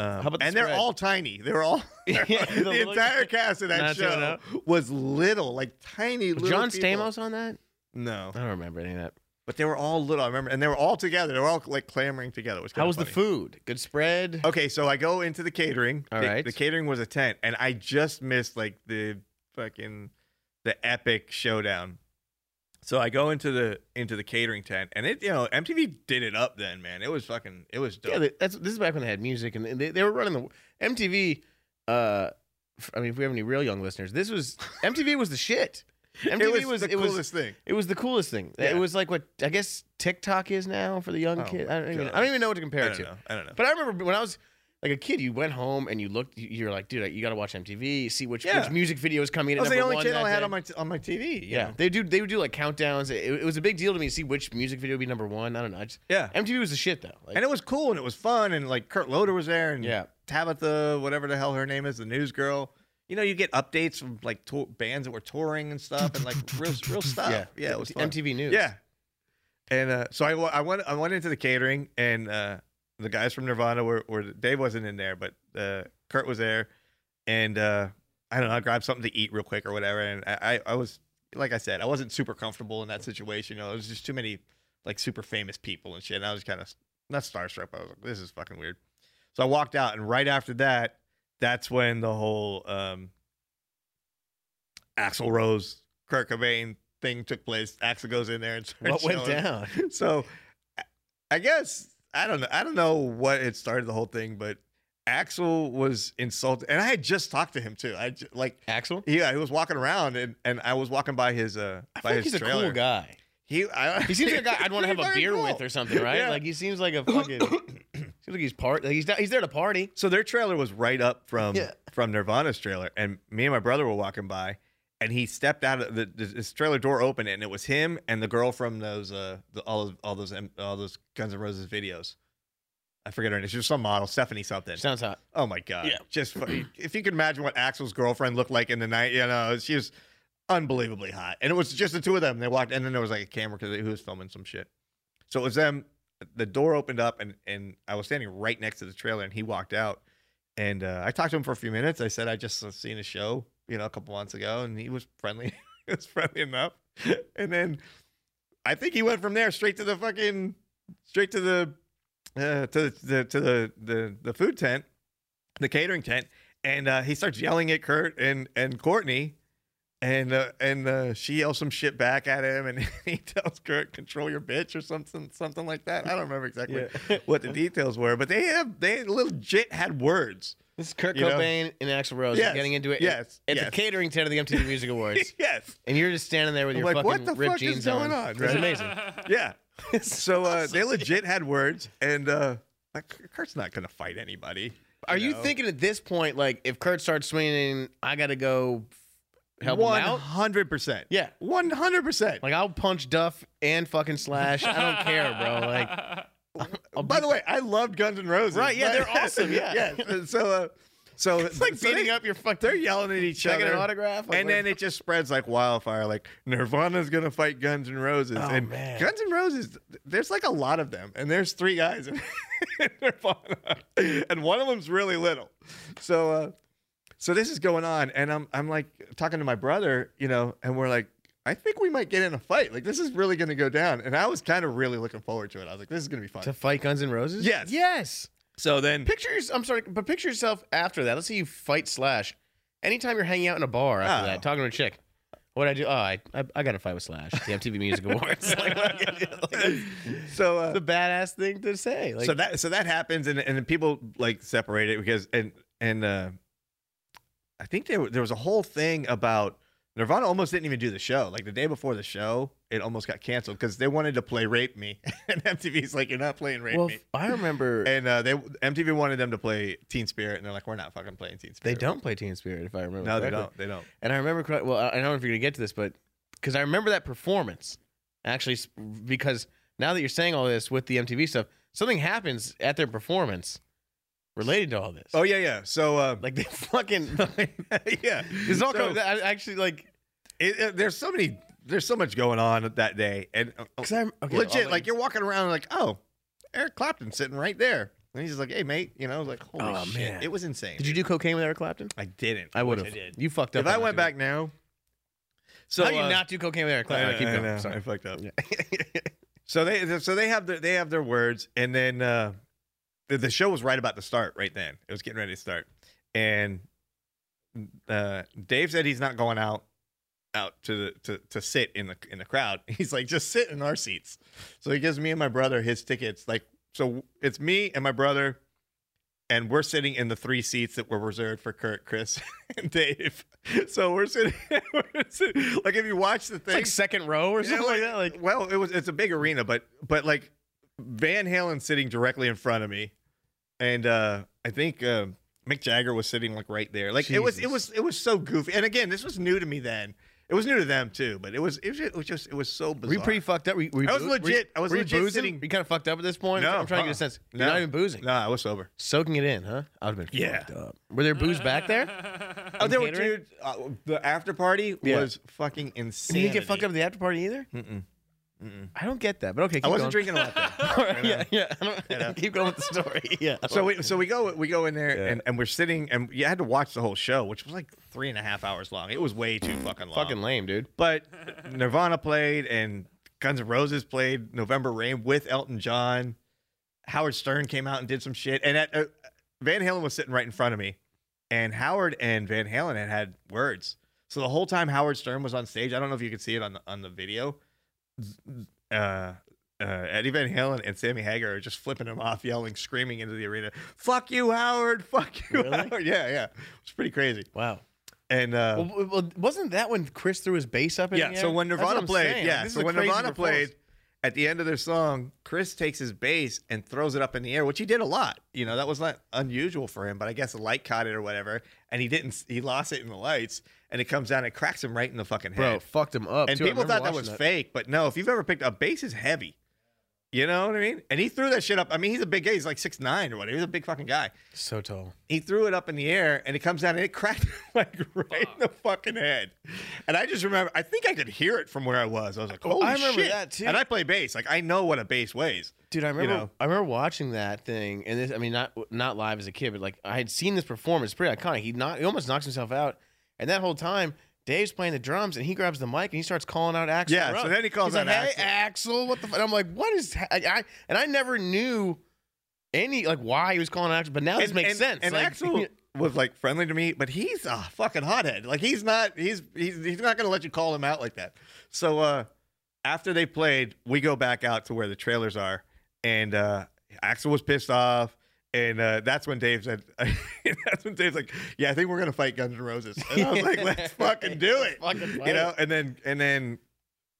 Speaker 1: Um,
Speaker 2: How about the
Speaker 1: and they're
Speaker 2: spread?
Speaker 1: all tiny. They were all
Speaker 2: Yeah,
Speaker 1: the,
Speaker 2: the look-
Speaker 1: entire cast of that show
Speaker 2: 90210.
Speaker 1: was little, like tiny
Speaker 2: was
Speaker 1: little.
Speaker 2: John
Speaker 1: people.
Speaker 2: Stamos on that?
Speaker 1: No,
Speaker 2: I don't remember any of that.
Speaker 1: but they were all little. I remember, and they were all together. They were all like clamoring together. It was Oh,
Speaker 2: How was the
Speaker 1: food?
Speaker 2: food? Good spread.
Speaker 1: Okay, so I go into the catering.
Speaker 2: All
Speaker 1: the,
Speaker 2: right.
Speaker 1: The catering was a tent, and I just missed like the fucking the epic showdown. So I go into the into the catering tent, and it you know MTV did it up then, man. It was fucking it was dope.
Speaker 2: Yeah, they- that's this is back when they had music and they, they were running the MTV. Uh, f- I mean, if we have any real young listeners, this was MTV was the shit. MTV
Speaker 1: it was, the
Speaker 2: it
Speaker 1: coolest
Speaker 2: was
Speaker 1: thing.
Speaker 2: it was the coolest thing.
Speaker 1: Yeah.
Speaker 2: It was like what I guess TikTok is now for the young
Speaker 1: Oh
Speaker 2: kid.
Speaker 1: my
Speaker 2: I don't even
Speaker 1: God.
Speaker 2: I don't even know what to compare
Speaker 1: I
Speaker 2: it
Speaker 1: don't
Speaker 2: to.
Speaker 1: know. I don't know.
Speaker 2: But I remember when I was like a kid, you went home and you looked. you- You're like, dude, you got to watch MTV, see which,
Speaker 1: Yeah.
Speaker 2: which music video is coming in.
Speaker 1: That
Speaker 2: at
Speaker 1: was the
Speaker 2: number
Speaker 1: only
Speaker 2: one
Speaker 1: channel
Speaker 2: that
Speaker 1: I had
Speaker 2: day.
Speaker 1: on my t- on my TV. you
Speaker 2: Yeah,
Speaker 1: know?
Speaker 2: they do. They would do like countdowns. It, it was a big deal to me to see which music video would be number one. I don't know. I just,
Speaker 1: yeah.
Speaker 2: MTV was the shit though. Like,
Speaker 1: And it was cool and it was fun and like Kurt Loder was there and
Speaker 2: Yeah.
Speaker 1: Tabitha whatever the hell her name is the news girl. You know you get updates from like tour- bands that were touring and stuff and like real real stuff. Yeah, it was fun.
Speaker 2: MTV News.
Speaker 1: Yeah. And uh, so I, wa- I went I went into the catering and uh, the guys from Nirvana were, were Dave wasn't in there but uh, Kurt was there and uh, I don't know I grabbed something to eat real quick or whatever and I, I, I was like I said I wasn't super comfortable in that situation you know it was just too many like super famous people and shit and I was kind of not starstruck but I was like this is fucking weird so I walked out and right after that that's when the whole um, Axl Rose Kurt Cobain thing took place Axel goes in there and starts
Speaker 2: What went
Speaker 1: yelling
Speaker 2: down?
Speaker 1: so I- I guess I don't know. I don't know what it started the whole thing, but Axel was insulted, and I had just talked to him too. I j- like,
Speaker 2: Axel.
Speaker 1: yeah, he was walking around, and, and I was walking by his uh
Speaker 2: I
Speaker 1: by
Speaker 2: feel like
Speaker 1: his
Speaker 2: he's
Speaker 1: trailer.
Speaker 2: a cool guy.
Speaker 1: He I,
Speaker 2: He seems like a guy I'd want to
Speaker 1: He's
Speaker 2: have a
Speaker 1: very
Speaker 2: beer
Speaker 1: cool.
Speaker 2: with or something, right?
Speaker 1: Yeah.
Speaker 2: Like he seems like a fucking. seems like he's part. Like he's not, he's there to party.
Speaker 1: So their trailer was right up from
Speaker 2: Yeah.
Speaker 1: from Nirvana's trailer, and me and my brother were walking by, and he stepped out of the, the his trailer door open, and it was him and the girl from those uh the, all all those all those Guns N' Roses videos. I forget her name. She was some model, Stephanie something.
Speaker 2: Sounds hot.
Speaker 1: Oh my god!
Speaker 2: Yeah.
Speaker 1: Just fu- if you could imagine what Axel's girlfriend looked like in the night, you know, she was unbelievably hot, and it was just the two of them. They walked, and then there was like a camera because who was filming some shit. So it was them. The door opened up, and and I was standing right next to the trailer, and he walked out, and uh, I talked to him for a few minutes. I said I just uh, seen a show, you know, a couple months ago, and he was friendly. he was friendly enough, and then I think he went from there straight to the fucking straight to the uh, to the to the the the food tent, the catering tent, and uh, he starts yelling at Kurt and and Courtney, and uh, and uh, she yells some shit back at him, and he tells Kurt, "Control your bitch" or something something like that. I don't remember exactly what the details were, but they have they legit had words.
Speaker 2: This is Kurt
Speaker 1: You know?
Speaker 2: Cobain and Axl Rose
Speaker 1: Yes.
Speaker 2: getting into it.
Speaker 1: Yes.
Speaker 2: At, at
Speaker 1: Yes.
Speaker 2: the catering tent of the MTV Music Awards,
Speaker 1: yes,
Speaker 2: and you're just standing there with
Speaker 1: I'm
Speaker 2: your
Speaker 1: like
Speaker 2: fucking
Speaker 1: what the
Speaker 2: ripped
Speaker 1: fuck
Speaker 2: jeans
Speaker 1: is going on?
Speaker 2: It's
Speaker 1: right?
Speaker 2: amazing.
Speaker 1: Yeah. So uh, they legit had words, and uh, like Kurt's not gonna fight anybody.
Speaker 2: Are you
Speaker 1: know?
Speaker 2: thinking at this point, like, if Kurt starts swinging, I gotta go help
Speaker 1: One
Speaker 2: him out?
Speaker 1: hundred percent.
Speaker 2: Yeah.
Speaker 1: One hundred percent.
Speaker 2: Like, I'll punch Duff and fucking Slash. I don't care, bro. Like,
Speaker 1: By the way, I loved Guns N' Roses.
Speaker 2: Right, yeah, they're awesome, yeah.
Speaker 1: yeah. So, uh, So
Speaker 2: It's like
Speaker 1: so
Speaker 2: beating
Speaker 1: they-
Speaker 2: up your fucking.
Speaker 1: They're yelling at each
Speaker 2: checking
Speaker 1: other.
Speaker 2: an autograph. Like,
Speaker 1: and
Speaker 2: what-
Speaker 1: then it just spreads like wildfire. Like Nirvana's gonna fight Guns N' Roses,
Speaker 2: Oh,
Speaker 1: and
Speaker 2: man.
Speaker 1: Guns N' Roses. th- There's like a lot of them, and there's three guys in in Nirvana, and one of them's really little. So, uh, so this is going on, and I'm I'm like talking to my brother, you know, and we're like, I think we might get in a fight. Like this is really gonna go down, and I was kind of really looking forward to it. I was like, this is gonna be fun.
Speaker 2: to fight Guns N' Roses.
Speaker 1: Yes.
Speaker 2: Yes.
Speaker 1: So then,
Speaker 2: Picture yours. I'm sorry, but picture yourself after that. Let's say you fight Slash. Anytime you're hanging out in a bar after
Speaker 1: Oh.
Speaker 2: that, talking to a chick. What I do? Oh, I I, I got to fight with Slash. at The MTV Music Awards. like, what I gotta do, like, that's
Speaker 1: so uh,
Speaker 2: the badass thing to say. Like,
Speaker 1: so that so that happens and and then people like separate it because and and uh I think there there was a whole thing about Nirvana almost didn't even do the show. Like the day before the show, it almost got canceled because they wanted to play "Rape Me," and MTV's like, "You're not playing "Rape
Speaker 2: well,
Speaker 1: Me."
Speaker 2: I remember
Speaker 1: And uh, they MTV wanted them to play "Teen Spirit," and they're like, "We're not fucking playing "Teen
Speaker 2: they
Speaker 1: Spirit."
Speaker 2: don't play Teen Spirit, if I remember.
Speaker 1: No, they
Speaker 2: correctly.
Speaker 1: don't. They don't.
Speaker 2: And I remember, correct- well, I I don't know if you're gonna get to this, but because I remember that performance actually, s- because now that you're saying all this with the MTV stuff, something happens at their performance related to all this.
Speaker 1: Oh yeah, yeah. So uh,
Speaker 2: like they fucking.
Speaker 1: yeah,
Speaker 2: It's all
Speaker 1: So-
Speaker 2: coming. I actually like
Speaker 1: it, it- there's so many. There's so much going on that day, and uh,
Speaker 2: because I'm okay,
Speaker 1: Legit,
Speaker 2: I'll-
Speaker 1: like you're walking around like, oh, Eric Clapton sitting right there. And he's just like, hey, mate, you know, I was like, holy
Speaker 2: Oh,
Speaker 1: shit.
Speaker 2: man.
Speaker 1: It was insane.
Speaker 2: Did you do cocaine with Eric Clapton?
Speaker 1: I didn't.
Speaker 2: I would
Speaker 1: I
Speaker 2: have.
Speaker 1: did.
Speaker 2: You fucked up.
Speaker 1: If I
Speaker 2: on that,
Speaker 1: went
Speaker 2: dude.
Speaker 1: back now. So
Speaker 2: how do you
Speaker 1: uh,
Speaker 2: not do cocaine with Eric
Speaker 1: I,
Speaker 2: Clapton?
Speaker 1: I
Speaker 2: keep going.
Speaker 1: know, I
Speaker 2: Sorry.
Speaker 1: fucked up.
Speaker 2: Yeah.
Speaker 1: So they so they have their they have their words, and then uh, the, the show was right about to start. Right then, it was getting ready to start, and uh, Dave said he's not going out out to the to, to sit in the in the crowd. He's like, just sit in our seats. So he gives me and my brother his tickets. Like, so it's me and my brother, and we're sitting in the three seats that were reserved for Kurt, Chris, and Dave. So we're sitting, we're sitting like if you watch the
Speaker 2: It's
Speaker 1: thing,
Speaker 2: like second row or
Speaker 1: yeah,
Speaker 2: something like that. Like
Speaker 1: well, it was it's a big arena, but but like Van Halen sitting directly in front of me, and uh I think uh, Mick Jagger was sitting like right there. Like it was it
Speaker 2: Jesus.
Speaker 1: was it was so goofy. And again, this was new to me then. It was new to them too, but it was it was, it was just it was so
Speaker 2: were
Speaker 1: bizarre.
Speaker 2: you pretty fucked up? Were you, were you
Speaker 1: I was
Speaker 2: boo-
Speaker 1: legit-
Speaker 2: were you-
Speaker 1: I was
Speaker 2: were you
Speaker 1: legit
Speaker 2: boozing?
Speaker 1: sitting-
Speaker 2: Were you kind of fucked up at this point?
Speaker 1: No,
Speaker 2: I'm trying
Speaker 1: uh-uh.
Speaker 2: to get a sense.
Speaker 1: No.
Speaker 2: You're not even boozing.
Speaker 1: no, I was sober.
Speaker 2: Soaking it in, huh? I would have been
Speaker 1: Yeah.
Speaker 2: fucked up. Were there booze back there?
Speaker 1: Oh, there were,
Speaker 2: catering?
Speaker 1: dude. Uh, the after party
Speaker 2: Yeah.
Speaker 1: was fucking insane.
Speaker 2: You didn't get fucked up at the after party either?
Speaker 1: Mm-mm.
Speaker 2: I don't get that, but okay, keep
Speaker 1: I wasn't
Speaker 2: going.
Speaker 1: drinking a lot. Then.
Speaker 2: yeah, yeah. I don't,
Speaker 1: know.
Speaker 2: Keep going with the story. Yeah.
Speaker 1: So we so we go we go in there
Speaker 2: Yeah.
Speaker 1: and, and we're sitting and you had to watch the whole show, which was like three and a half hours long. It was way too fucking long.
Speaker 2: fucking lame, dude.
Speaker 1: but Nirvana played and Guns N' Roses played November Rain with Elton John. Howard Stern came out and did some shit, and at, uh, Van Halen was sitting right in front of me, and Howard and Van Halen had had words. So the whole time Howard Stern was on stage, I don't know if you could see it on the on the video. Uh, uh, Eddie Van Halen and Sammy Hagar are just flipping him off, yelling, screaming into the arena, "Fuck you, Howard! Fuck you,
Speaker 2: Really?
Speaker 1: Howard!" Yeah, yeah, it's pretty crazy.
Speaker 2: Wow.
Speaker 1: And uh,
Speaker 2: Well, w- well, wasn't that when Chris threw his bass up in
Speaker 1: yeah.
Speaker 2: the air?
Speaker 1: So when
Speaker 2: That's
Speaker 1: Nirvana
Speaker 2: what I'm
Speaker 1: played,
Speaker 2: saying.
Speaker 1: yeah.
Speaker 2: Like, this
Speaker 1: so
Speaker 2: is a
Speaker 1: when
Speaker 2: crazy
Speaker 1: Nirvana
Speaker 2: performance.
Speaker 1: played, at the end of their song, Chris takes his bass and throws it up in the air, which he did a lot. You know, that was not unusual for him, but I guess a light caught it or whatever, and he didn't. He lost it in the lights, and it comes down and cracks him right in the fucking
Speaker 2: bro,
Speaker 1: head.
Speaker 2: fucked him up.
Speaker 1: and
Speaker 2: too. I
Speaker 1: people
Speaker 2: remember
Speaker 1: thought that was
Speaker 2: watching
Speaker 1: fake, but no. If you've ever picked a bass, is heavy. You know what I mean? And he threw that shit up. I mean, he's a big guy. He's like six nine or whatever. He's a big fucking guy
Speaker 2: So tall.
Speaker 1: he threw it up in the air and it comes down and it cracked him, like right in the fucking head. And I just remember, I think I could hear it from where I was. I was like, "Holy
Speaker 2: Oh, I remember
Speaker 1: shit!"
Speaker 2: that, too.
Speaker 1: And I play bass, like I know what a bass weighs.
Speaker 2: Dude, I remember
Speaker 1: know.
Speaker 2: I remember watching that thing, and this I mean not not live as a kid, but like I had seen this performance, pretty iconic. He not he almost knocks himself out, and that whole time Dave's playing the drums, and he grabs the mic and he starts calling out Axel.
Speaker 1: Yeah, so
Speaker 2: Rose.
Speaker 1: then he calls
Speaker 2: He's
Speaker 1: out
Speaker 2: like, Hey, Axel, what the? F-? And I'm like, what is? ha- I, I and I never knew any like why he was calling out Axel, but now this
Speaker 1: And-
Speaker 2: makes
Speaker 1: and-
Speaker 2: sense.
Speaker 1: And
Speaker 2: like,
Speaker 1: Axel was like friendly to me, but he's a fucking hothead. Like he's not, he's he's, he's not gonna let you call him out like that. So uh, after they played, we go back out to where the trailers are, and uh, Axel was pissed off. And uh, that's when Dave said, "That's when Dave's like, yeah, I think we're gonna fight Guns N' Roses." And I was like, "Let's fucking do
Speaker 2: Let's
Speaker 1: it,"
Speaker 2: fucking play
Speaker 1: you know. And then and then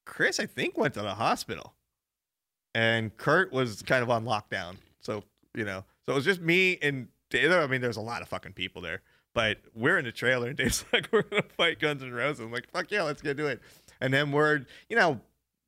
Speaker 1: Chris, I think, went to the hospital, and Kurt was kind of on lockdown. So you know, so it was just me and Dave. I mean, there's a lot of fucking people there, but we're in the trailer, and Dave's like, "We're gonna fight Guns N' Roses." I'm like, "Fuck yeah, let's go do it." And then word, you know,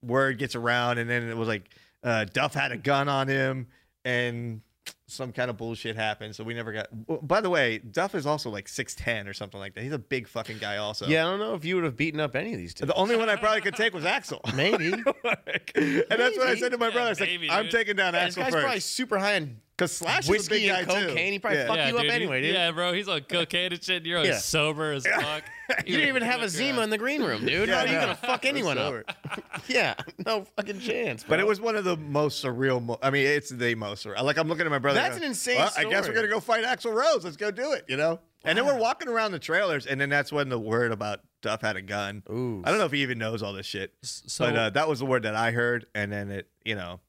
Speaker 1: word gets around, and then it was like uh, Duff had a gun on him, and some kind of bullshit happened, so we never got. w- By the way, Duff is also like six ten or something like that. He's a big fucking guy, also.
Speaker 2: Yeah, I don't know if you would have beaten up any of these two.
Speaker 1: The only one I probably could take was Axel.
Speaker 2: Maybe.
Speaker 1: Like, and that's what I said to my
Speaker 3: Yeah,
Speaker 1: brother. I was like,
Speaker 3: maybe,
Speaker 1: I'm
Speaker 3: dude.
Speaker 1: taking down
Speaker 2: This
Speaker 1: Axel
Speaker 2: guy's probably
Speaker 1: first.
Speaker 2: super high in
Speaker 1: Because Slash is a
Speaker 2: whiskey
Speaker 1: big guy
Speaker 2: and
Speaker 1: too.
Speaker 2: cocaine. He probably
Speaker 1: yeah.
Speaker 2: fuck you up
Speaker 3: dude,
Speaker 2: anyway, dude.
Speaker 3: Yeah, bro, he's on cocaine and shit. and You're like
Speaker 2: Yeah.
Speaker 3: sober as fuck.
Speaker 2: You didn't even have a Zima in the green room, dude.
Speaker 1: Yeah,
Speaker 2: How are you
Speaker 1: no.
Speaker 2: gonna fuck anyone up?
Speaker 1: Sober.
Speaker 2: Yeah, no fucking chance.
Speaker 1: But
Speaker 2: bro.
Speaker 1: it was one of the most surreal. Mo- I mean, it's the most surreal. Like I'm looking at my brother.
Speaker 2: That's
Speaker 1: going,
Speaker 2: an insane
Speaker 1: Well, I guess we're
Speaker 2: story.
Speaker 1: gonna go fight Axel Rose. Let's go do it. You know. And then we're walking around the trailers, and then that's when the word about Duff had a gun.
Speaker 2: Ooh.
Speaker 1: I don't know if he even knows all this shit,
Speaker 3: So
Speaker 1: but uh, that was the word that I heard. And then it, you know,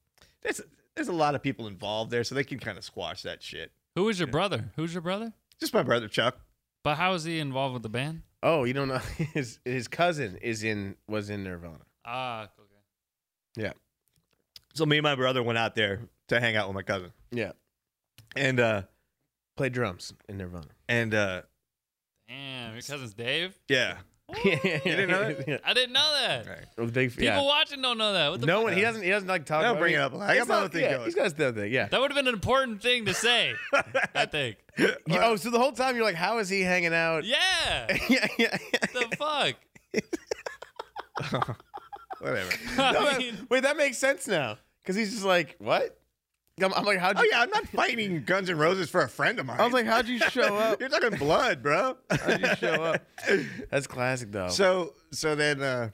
Speaker 1: there's there's a lot of people involved there, so they can kind of squash that shit.
Speaker 3: who was your brother? Who's your brother?
Speaker 1: Just my brother Chuck.
Speaker 3: But how is he involved with the band?
Speaker 2: Oh, you don't know his his cousin is in was in Nirvana.
Speaker 3: Ah, okay.
Speaker 1: So me and my brother went out there to hang out with my cousin,
Speaker 2: Yeah,
Speaker 1: and uh,
Speaker 2: played drums in Nirvana.
Speaker 1: and uh,
Speaker 3: Damn, your cousin's Dave.
Speaker 1: yeah,
Speaker 2: Yeah, you
Speaker 1: didn't know that?
Speaker 2: Yeah.
Speaker 3: I didn't know that.
Speaker 1: Right.
Speaker 2: A big-
Speaker 3: People
Speaker 2: yeah.
Speaker 3: watching don't know that. What the
Speaker 2: No
Speaker 3: fuck?
Speaker 2: one. He doesn't. He doesn't like talk.
Speaker 1: Don't
Speaker 2: about
Speaker 1: bring it
Speaker 2: mean,
Speaker 1: up. I got
Speaker 2: it's
Speaker 1: my
Speaker 2: not-
Speaker 1: own thing
Speaker 2: yeah,
Speaker 1: going.
Speaker 2: He's got his own thing. Yeah.
Speaker 3: That would have been an important thing to say. I think.
Speaker 2: Yeah, oh, so the whole time you're like, how is he hanging out?
Speaker 3: Yeah.
Speaker 2: yeah, yeah. yeah.
Speaker 3: the fuck.
Speaker 1: whatever.
Speaker 3: I mean,
Speaker 2: Wait, that makes sense now. Because he's just like, what? I'm, I'm like, how'd
Speaker 1: Oh
Speaker 2: you?
Speaker 1: yeah, I'm not fighting Guns N' Roses for a friend of mine.
Speaker 2: I was like, how'd you show up?
Speaker 1: You're talking blood, bro.
Speaker 2: How'd you show up? That's classic, though.
Speaker 1: So so then uh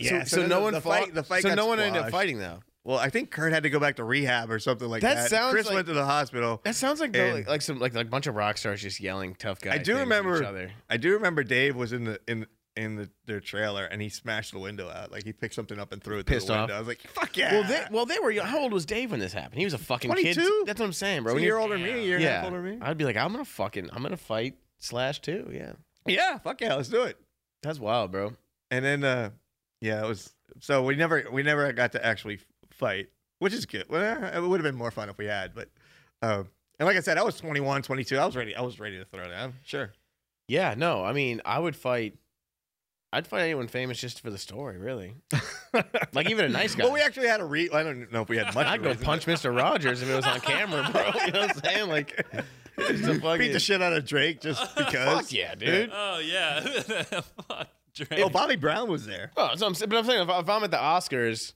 Speaker 2: so, so
Speaker 1: then
Speaker 2: no
Speaker 1: the-
Speaker 2: one
Speaker 1: the
Speaker 2: fought.
Speaker 1: fight the fight
Speaker 2: so
Speaker 1: got
Speaker 2: no one ended up
Speaker 1: squashed.
Speaker 2: fighting though.
Speaker 1: Well, I think Kurt had to go back to rehab or something like that.
Speaker 2: That sounds
Speaker 1: Chris
Speaker 2: like-
Speaker 1: went to the hospital.
Speaker 2: That sounds like though,
Speaker 1: And-
Speaker 2: like, like some like like a bunch of rock stars just yelling tough guys.
Speaker 1: I do
Speaker 2: each
Speaker 1: remember-
Speaker 2: other.
Speaker 1: I do remember Dave was in the in in the, their trailer and he smashed the window out. Like he picked something up and threw it through
Speaker 2: Pissed
Speaker 1: the
Speaker 2: off.
Speaker 1: window. I was like, fuck yeah.
Speaker 2: Well, they well they were. How old was Dave when this happened? He was a fucking kid.
Speaker 1: 22?
Speaker 2: That's what I'm saying, bro.
Speaker 1: bro,
Speaker 2: When
Speaker 1: you're
Speaker 2: you're-
Speaker 1: older than me, you're
Speaker 2: yeah,
Speaker 1: half older than me.
Speaker 2: I'd be like, I'm gonna fucking, I'm gonna fight slash too. Yeah,
Speaker 1: Yeah, fuck yeah, let's do it.
Speaker 2: that's wild, bro.
Speaker 1: And then uh yeah, it was so we never we never got to actually fight, which is good. Well, eh, it would have been more fun if we had, but um and like I said, I was 21, 22. I was ready. I was ready to throw down. Sure.
Speaker 2: Yeah, no, I mean, I would fight. I'd fight anyone famous just for the story, really. Like even a nice guy.
Speaker 1: Well, we actually had a re I don't know if we had much.
Speaker 2: I'd
Speaker 1: of a
Speaker 2: go
Speaker 1: reason,
Speaker 2: punch Mr. Rogers if it was on camera, bro. You know what I'm saying? Like, it's a
Speaker 1: but-
Speaker 2: fucking,
Speaker 1: beat the shit out of Drake just because.
Speaker 2: Fuck yeah, dude.
Speaker 3: oh yeah. fuck. Drake.
Speaker 1: Oh, Bobby Brown was there.
Speaker 2: Well, so I'm, sa- but I'm saying if, if I'm at the Oscars,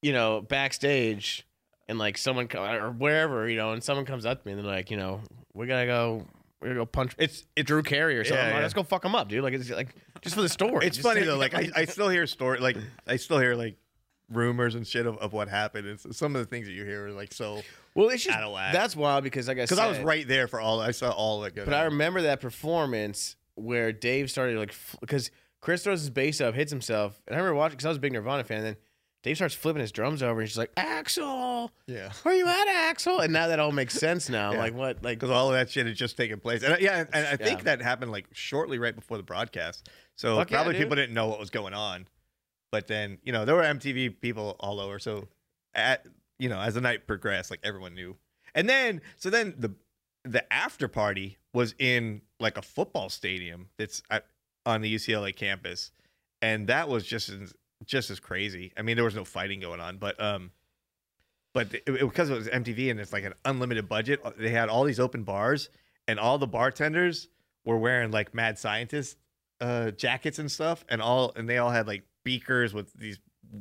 Speaker 2: you know, backstage, and like someone co- or wherever, you know, and someone comes up to me and they're like, you know, we gotta go, we're gonna go punch
Speaker 1: It's
Speaker 2: it Drew Carey or something.
Speaker 1: Yeah,
Speaker 2: I'm like,
Speaker 1: yeah.
Speaker 2: Let's go fuck him up, dude. Like it's like just for the story.
Speaker 1: it's
Speaker 2: Just
Speaker 1: funny
Speaker 2: like-
Speaker 1: though. Like I, I still hear story like I still hear like rumors and shit of, of what happened. It's some of the things that you hear are like so
Speaker 2: well, it's just
Speaker 1: out of whack.
Speaker 2: that's wild because like I
Speaker 1: because
Speaker 2: said,
Speaker 1: I was right there for all I saw all that go
Speaker 2: But I
Speaker 1: down.
Speaker 2: remember that performance where Dave started like because Chris throws his bass up, hits himself, and I remember watching because I was a big Nirvana fan. And then Dave starts flipping his drums over, and she's like, Axel.
Speaker 1: yeah.
Speaker 2: Where you at, Axel? And now that all makes sense now. I'm
Speaker 1: Yeah.
Speaker 2: Like what? Like
Speaker 1: because all of that shit had just taken place. And uh, yeah, and, and I think
Speaker 2: Yeah.
Speaker 1: that happened like shortly right before the broadcast. So
Speaker 2: Fuck yeah,
Speaker 1: probably
Speaker 2: dude.
Speaker 1: people didn't know what was going on. But then you know there were MTV people all over. So at you know as the night progressed, like everyone knew. And then so then the the after party was in like a football stadium that's at, on the UCLA campus, and that was just as- just as crazy. I mean, there was no fighting going on, but um, but it, it- because it was MTV and it's like an unlimited budget, uh, they had all these open bars, and all the bartenders were wearing like mad scientist uh, jackets and stuff, and all and they all had like beakers with these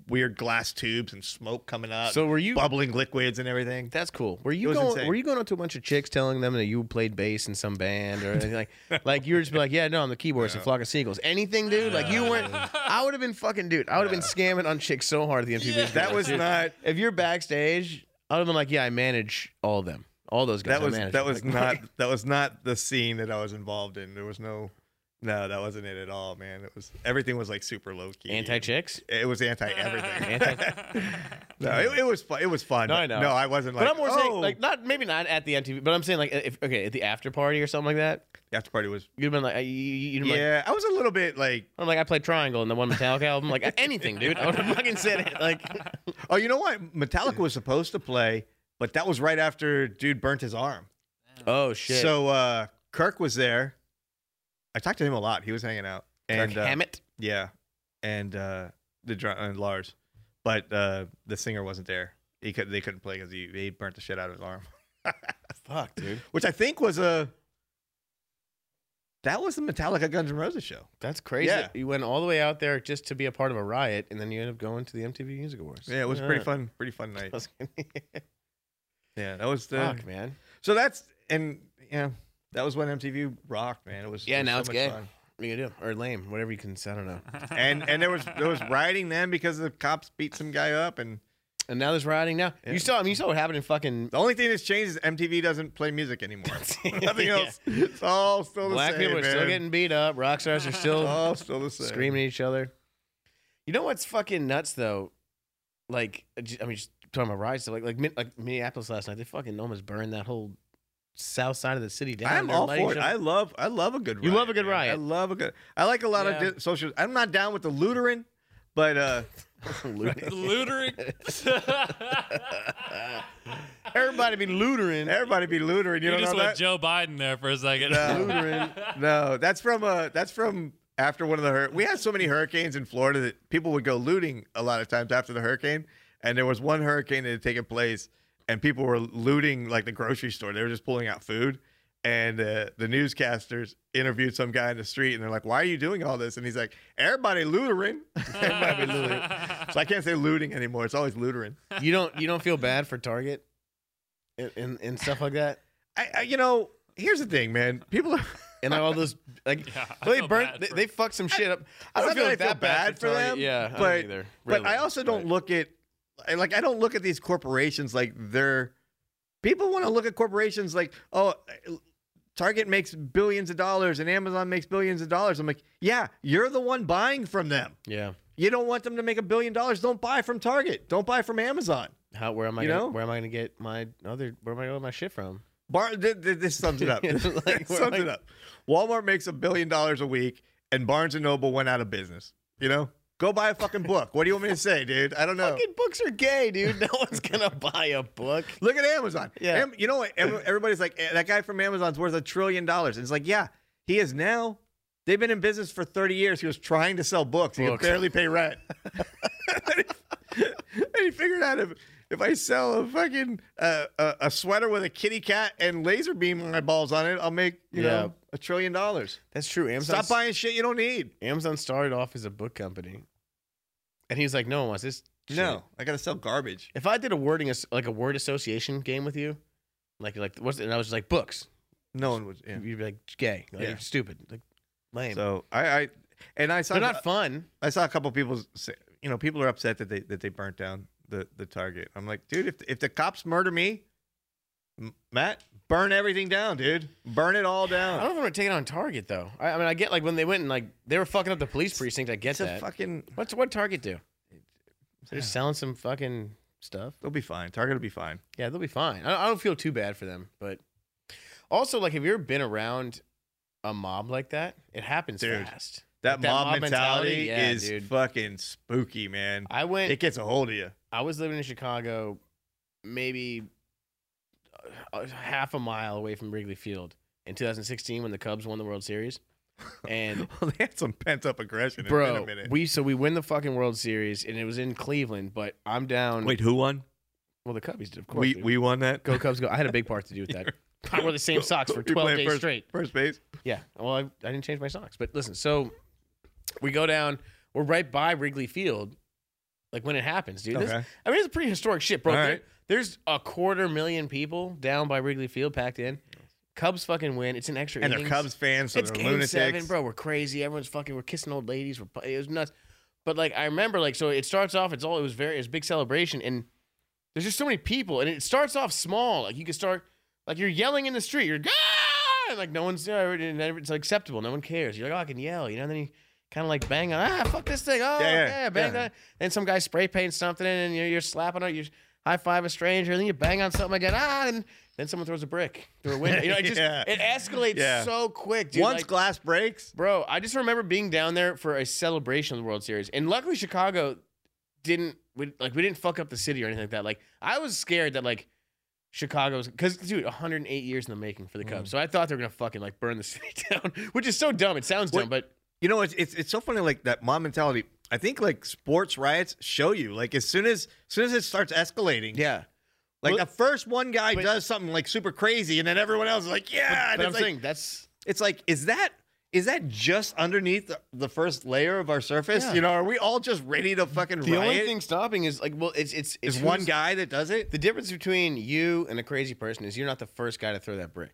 Speaker 1: weird glass tubes and smoke coming out,
Speaker 2: so were you?
Speaker 1: bubbling liquids and everything.
Speaker 2: uh, That's cool. Were you
Speaker 1: was
Speaker 2: going?
Speaker 1: insane.
Speaker 2: Were you going up to a bunch of chicks telling them that you played bass in some band or anything like? Like you were just be like, yeah, no, I'm the keyboardist in
Speaker 1: No.
Speaker 2: Flock of Seagulls. Anything, dude? Like you weren't. I would have been fucking dude. I would have
Speaker 1: No.
Speaker 2: been scamming on chicks so hard at the MTV.
Speaker 3: Yeah.
Speaker 2: show,
Speaker 1: That was
Speaker 2: dude.
Speaker 1: not
Speaker 2: If you're backstage, I would have been like, yeah, I manage all of them, all those guys.
Speaker 1: that
Speaker 2: I
Speaker 1: was
Speaker 2: manage
Speaker 1: that
Speaker 2: them."
Speaker 1: was
Speaker 2: Like,
Speaker 1: not that was not the scene that I was involved in. There was no no, that wasn't it at all, man. It was everything was like super low key.
Speaker 2: anti chicks.
Speaker 1: It was anti everything.
Speaker 2: Anti-
Speaker 1: no, it, it was fun. It was fun.
Speaker 2: No,
Speaker 1: but
Speaker 2: I know.
Speaker 1: No, I wasn't like.
Speaker 2: but I'm more saying
Speaker 1: "Oh."
Speaker 2: like not maybe not at the MTV, but I'm saying like if okay at the after party or something like that.
Speaker 1: The after party was.
Speaker 2: You'd have been like, you, you, you
Speaker 1: Yeah, I was a little bit like.
Speaker 2: I'm like, I played Triangle in the one Metallica album. Like anything, dude. I would have fucking said it. Like,
Speaker 1: Oh, you know what? Metallica was supposed to play, but that was right after dude burnt his arm.
Speaker 2: oh shit.
Speaker 1: So uh, Kirk was there. I talked to him a lot. He was hanging out.
Speaker 2: Kirk
Speaker 1: and uh,
Speaker 2: Hammett.
Speaker 1: Yeah, and uh, the drum and Lars, but uh, the singer wasn't there. He could they couldn't play because he, he burnt the shit out of his arm.
Speaker 2: Fuck, dude.
Speaker 1: which I think was a. That was the Metallica Guns N' Roses show.
Speaker 2: That's crazy.
Speaker 1: Yeah.
Speaker 2: You went all the way out there just to be a part of a riot, and then you end up going to the MTV Music Awards.
Speaker 1: Yeah, it was pretty fun. Pretty fun night. Yeah, that was the.
Speaker 2: Fuck, man.
Speaker 1: So that's and yeah, that was when MTV rocked, man. It was
Speaker 2: Yeah,
Speaker 1: it was
Speaker 2: now
Speaker 1: so
Speaker 2: it's
Speaker 1: much
Speaker 2: gay.
Speaker 1: fun.
Speaker 2: What are you gonna do? Or lame, whatever you can. I don't know.
Speaker 1: And and there was there was rioting then because the cops beat some guy up, and
Speaker 2: And now there's rioting. Now
Speaker 1: Yeah.
Speaker 2: you saw. I mean, you saw what happened in fucking.
Speaker 1: the only thing that's changed is MTV doesn't play music anymore. Nothing
Speaker 2: Yeah.
Speaker 1: else. It's all still the
Speaker 2: Black
Speaker 1: same.
Speaker 2: people are still
Speaker 1: man.
Speaker 2: getting beat up. Rock stars are
Speaker 1: It's
Speaker 2: still
Speaker 1: all still the same.
Speaker 2: screaming at each other. You know what's fucking nuts though? Like, I ju- I mean, just talking about riots. Like, like, Min- like Minneapolis last night, they fucking almost burned that whole south side of the city down.
Speaker 1: I'm
Speaker 2: They're
Speaker 1: all
Speaker 2: lighting
Speaker 1: for it.
Speaker 2: shit-
Speaker 1: I love I love a good
Speaker 2: You
Speaker 1: riot.
Speaker 2: love a good
Speaker 1: man.
Speaker 2: riot.
Speaker 1: I love a good I like a lot
Speaker 3: Yeah.
Speaker 1: of di- social I'm not down with the lootering, but uh
Speaker 3: Lootering.
Speaker 2: Everybody be lootering.
Speaker 1: everybody be lootering. You,
Speaker 3: You,
Speaker 1: don't
Speaker 3: just
Speaker 1: know
Speaker 3: went
Speaker 1: that?
Speaker 3: Joe Biden there for a second.
Speaker 1: No.
Speaker 2: Lootering.
Speaker 1: no, that's from uh that's from after one of the hur- we had so many hurricanes in Florida that people would go looting a lot of times after the hurricane. And there was one hurricane that had taken place, and people were looting like the grocery store. They were just pulling out food. And uh, the newscasters interviewed some guy in the street, and they're like, "Why are you doing all this?" And he's like, "Everybody lootering, everybody lootering." So I can't say looting anymore. It's always lootering.
Speaker 2: You don't. You don't feel bad for Target, and and, and stuff like that.
Speaker 1: I, I, you know, here's the thing, man. People are
Speaker 2: And like all those like
Speaker 3: Yeah, I
Speaker 2: Well, they
Speaker 3: feel
Speaker 2: burnt.
Speaker 3: bad
Speaker 2: They,
Speaker 3: for-
Speaker 2: they fucked some shit up. I
Speaker 1: It's
Speaker 2: don't
Speaker 1: not
Speaker 2: feel
Speaker 1: that
Speaker 2: like
Speaker 1: I feel
Speaker 2: that bad, for
Speaker 1: bad for
Speaker 2: Target.
Speaker 1: them,
Speaker 2: Yeah, I don't
Speaker 1: but-
Speaker 2: either,
Speaker 1: But
Speaker 2: really,
Speaker 1: I also don't
Speaker 2: but-
Speaker 1: look at I- like I don't look at these corporations like they're people want to look at corporations like oh Target makes billions of dollars and Amazon makes billions of dollars. I'm like, yeah, you're the one buying from them.
Speaker 2: Yeah.
Speaker 1: You don't want them to make a billion dollars. Don't buy from Target. Don't buy from Amazon.
Speaker 2: How? Where am I?
Speaker 1: You
Speaker 2: gonna,
Speaker 1: know?
Speaker 2: Where am I going to get my other? Where am I going to get my shit from?
Speaker 1: Bar- th- th- this sums it up.
Speaker 2: Like,
Speaker 1: This sums
Speaker 2: we're like-
Speaker 1: it up. Walmart makes a billion dollars a week, and Barnes and Noble went out of business. You know, go buy a fucking book. What do you want me to say, dude? I don't know.
Speaker 2: Fucking books are gay, dude. No one's gonna buy a book.
Speaker 1: Look at Amazon.
Speaker 2: Yeah.
Speaker 1: Am- you know what? Every- Everybody's like, "Eh, that guy from Amazon's worth a trillion dollars. And it's like, yeah, he is now. They've been in business for 30 years. He was trying to sell books. He could
Speaker 2: Books.
Speaker 1: barely pay rent. and, he, and he figured out if, if I sell a fucking uh, a, a sweater with a kitty cat and laser beam my balls on it, I'll make, you
Speaker 2: Yeah.
Speaker 1: know, a trillion dollars.
Speaker 2: That's true. Amazon.
Speaker 1: Stop buying shit you don't need.
Speaker 2: Amazon started off as a book company, and he's like, no one wants this. shit."
Speaker 1: No, I got to sell garbage.
Speaker 2: If I did a wording as- like a word association game with you, like like what's it? And I was just like books.
Speaker 1: No one was. Yeah.
Speaker 2: You'd be like gay. Like,
Speaker 1: Yeah.
Speaker 2: You're stupid. Like lame.
Speaker 1: So I, I, and I saw
Speaker 2: They're not fun.
Speaker 1: I saw a couple people say, you know, people are upset that they that they burnt down the the Target. I'm like, dude, if if the cops murder me, M- Matt, burn everything down, dude. Burn it all
Speaker 2: I don't
Speaker 1: down.
Speaker 2: know if I'm gonna take it on Target though. I, I mean, I get like when they went and like they were fucking up the police precinct. I get
Speaker 1: It's a
Speaker 2: that.
Speaker 1: fucking.
Speaker 2: What's what Target do? They're
Speaker 1: Yeah.
Speaker 2: just selling some fucking stuff.
Speaker 1: They'll be fine. Target will be fine.
Speaker 2: Yeah, they'll be fine. I, I don't feel too bad for them, but also like, have you ever been around a mob like that? It happens
Speaker 1: Dude.
Speaker 2: fast.
Speaker 1: That,
Speaker 2: That
Speaker 1: mob,
Speaker 2: mob
Speaker 1: mentality,
Speaker 2: mentality? Yeah,
Speaker 1: is
Speaker 2: dude.
Speaker 1: fucking spooky, man.
Speaker 2: I went.
Speaker 1: It gets a hold of you.
Speaker 2: I was living in Chicago, maybe uh, half a mile away from Wrigley Field in 2016 when the Cubs won the World Series, and
Speaker 1: well, they had some pent up aggression. It's been
Speaker 2: bro,
Speaker 1: a minute.
Speaker 2: we so we win the fucking World Series, and it was in Cleveland. But I'm down.
Speaker 1: who won?
Speaker 2: well, the Cubbies did, of course.
Speaker 1: We
Speaker 2: dude.
Speaker 1: we won that.
Speaker 2: go Cubs, go! I had a big part to do with that. I wore the same socks for
Speaker 1: You
Speaker 2: 12
Speaker 1: playing
Speaker 2: days
Speaker 1: first,
Speaker 2: straight.
Speaker 1: First base.
Speaker 2: Yeah. Well, I, I didn't change my socks, but listen. So we go down. We're right by Wrigley Field. Like when it happens, dude. This-
Speaker 1: Okay.
Speaker 2: I mean, it's pretty historic shit, bro.
Speaker 1: All
Speaker 2: There-
Speaker 1: right.
Speaker 2: There's a quarter million people down by Wrigley Field, packed in. Cubs fucking win. It's an extra.
Speaker 1: And they're
Speaker 2: innings.
Speaker 1: Cubs fans, so
Speaker 2: it's
Speaker 1: they're
Speaker 2: game
Speaker 1: lunatics.
Speaker 2: seven, bro. We're crazy. Everyone's fucking. We're kissing old ladies. We're pu- it was nuts. But like I remember, like so it starts off. It's all it was very it's a big celebration, and there's just so many people, and it starts off small. Like you can start like you're yelling in the street. You're ah! and like no one's there. and It's acceptable. No one cares. You're like oh I can yell, you know. And then you kind of like bang on ah fuck this thing. Oh
Speaker 1: Yeah,
Speaker 2: yeah,
Speaker 1: yeah,
Speaker 2: bang
Speaker 1: yeah.
Speaker 2: that. And some guy spray paints something, and you're, you're slapping it. You're high five a stranger, and then you bang on something again. Ah, and then someone throws a brick through a window. You know, it just
Speaker 1: Yeah.
Speaker 2: it escalates
Speaker 1: Yeah.
Speaker 2: so quick, dude.
Speaker 1: Once
Speaker 2: like-
Speaker 1: glass breaks,
Speaker 2: Bro, I just remember being down there for a celebration of the World Series, and luckily Chicago didn't we, like we didn't fuck up the city or anything like that. Like I was scared that like Chicago was because dude, 108 years in the making for the Cubs, so I thought they were gonna fucking like burn the city down, which is so dumb. It sounds dumb, but
Speaker 1: You know, it's, it's it's so funny like that mob mentality. I think like sports riots show you like as soon as, as soon as it starts escalating,
Speaker 2: yeah.
Speaker 1: Like
Speaker 2: Well-
Speaker 1: the first one guy
Speaker 2: but-
Speaker 1: does something like super crazy, and then everyone else is like, yeah. and
Speaker 2: But I'm
Speaker 1: it's like,
Speaker 2: saying that's
Speaker 1: it's like, is that is that just underneath the, the first layer of our surface?
Speaker 2: Yeah.
Speaker 1: You know, are we all just ready to fucking
Speaker 2: the
Speaker 1: riot?
Speaker 2: only thing stopping is like, well, it's it's it's
Speaker 1: is one
Speaker 2: who's-
Speaker 1: guy that does it?
Speaker 2: The difference between you and a crazy person is you're not the first guy to throw that brick.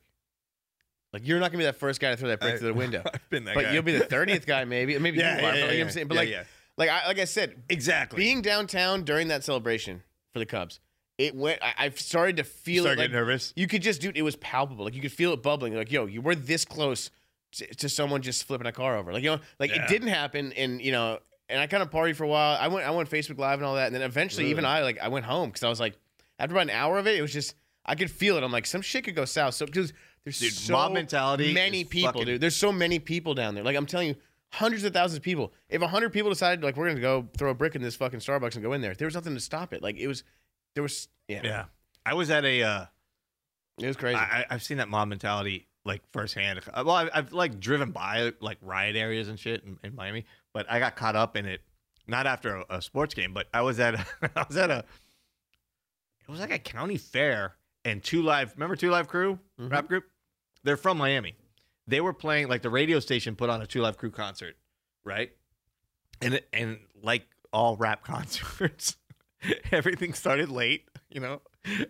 Speaker 2: Like you're not gonna be that first guy to throw that brick
Speaker 1: I-
Speaker 2: through the window,
Speaker 1: I've been that
Speaker 2: but
Speaker 1: guy.
Speaker 2: you'll be the thirtieth guy, maybe. Maybe
Speaker 1: uh, yeah,
Speaker 2: you
Speaker 1: yeah,
Speaker 2: are. but,
Speaker 1: yeah,
Speaker 2: like, you know
Speaker 1: yeah,
Speaker 2: what I'm saying, but
Speaker 1: yeah,
Speaker 2: like,
Speaker 1: yeah.
Speaker 2: like I, like I said,
Speaker 1: exactly.
Speaker 2: being downtown during that celebration for the Cubs, it went. I, I started to
Speaker 1: you
Speaker 2: feel
Speaker 1: start
Speaker 2: it. Like,
Speaker 1: getting nervous.
Speaker 2: you could just do. It was palpable. Like you could feel it bubbling. Like yo, you were this close to, to someone just flipping a car over. Like you know, like
Speaker 1: Yeah.
Speaker 2: it didn't happen. And you know, and I kind of partied for a while. I went, I went Facebook Live and all that. And then eventually, even I like, I went home because I was like, after about an hour of it, it was just I could feel it. I'm like, some shit could go south. So because there's
Speaker 1: Dude,
Speaker 2: so
Speaker 1: mob mentality
Speaker 2: many
Speaker 1: is
Speaker 2: people,
Speaker 1: fucking-
Speaker 2: dude. There's so many people down there. Like I'm telling you. Hundreds of thousands of people. If a hundred people decided like we're gonna go throw a brick in this fucking Starbucks and go in there, there was nothing to stop it. Like it was, there was yeah,
Speaker 1: Yeah, I was at a. Uh,
Speaker 2: it was crazy.
Speaker 1: I, I- I've seen that mob mentality like firsthand. Uh, Well, I've, I've like driven by like riot areas and shit in, in Miami, but I got caught up in it. Not after a, a sports game, but I was at I was at a it was like a county fair and two live. Remember two live crew
Speaker 2: Mhm.
Speaker 1: rap group? They're from Miami. They were playing like the radio station put on a two live crew concert, right? And it- and like all rap concerts, everything started late, you know,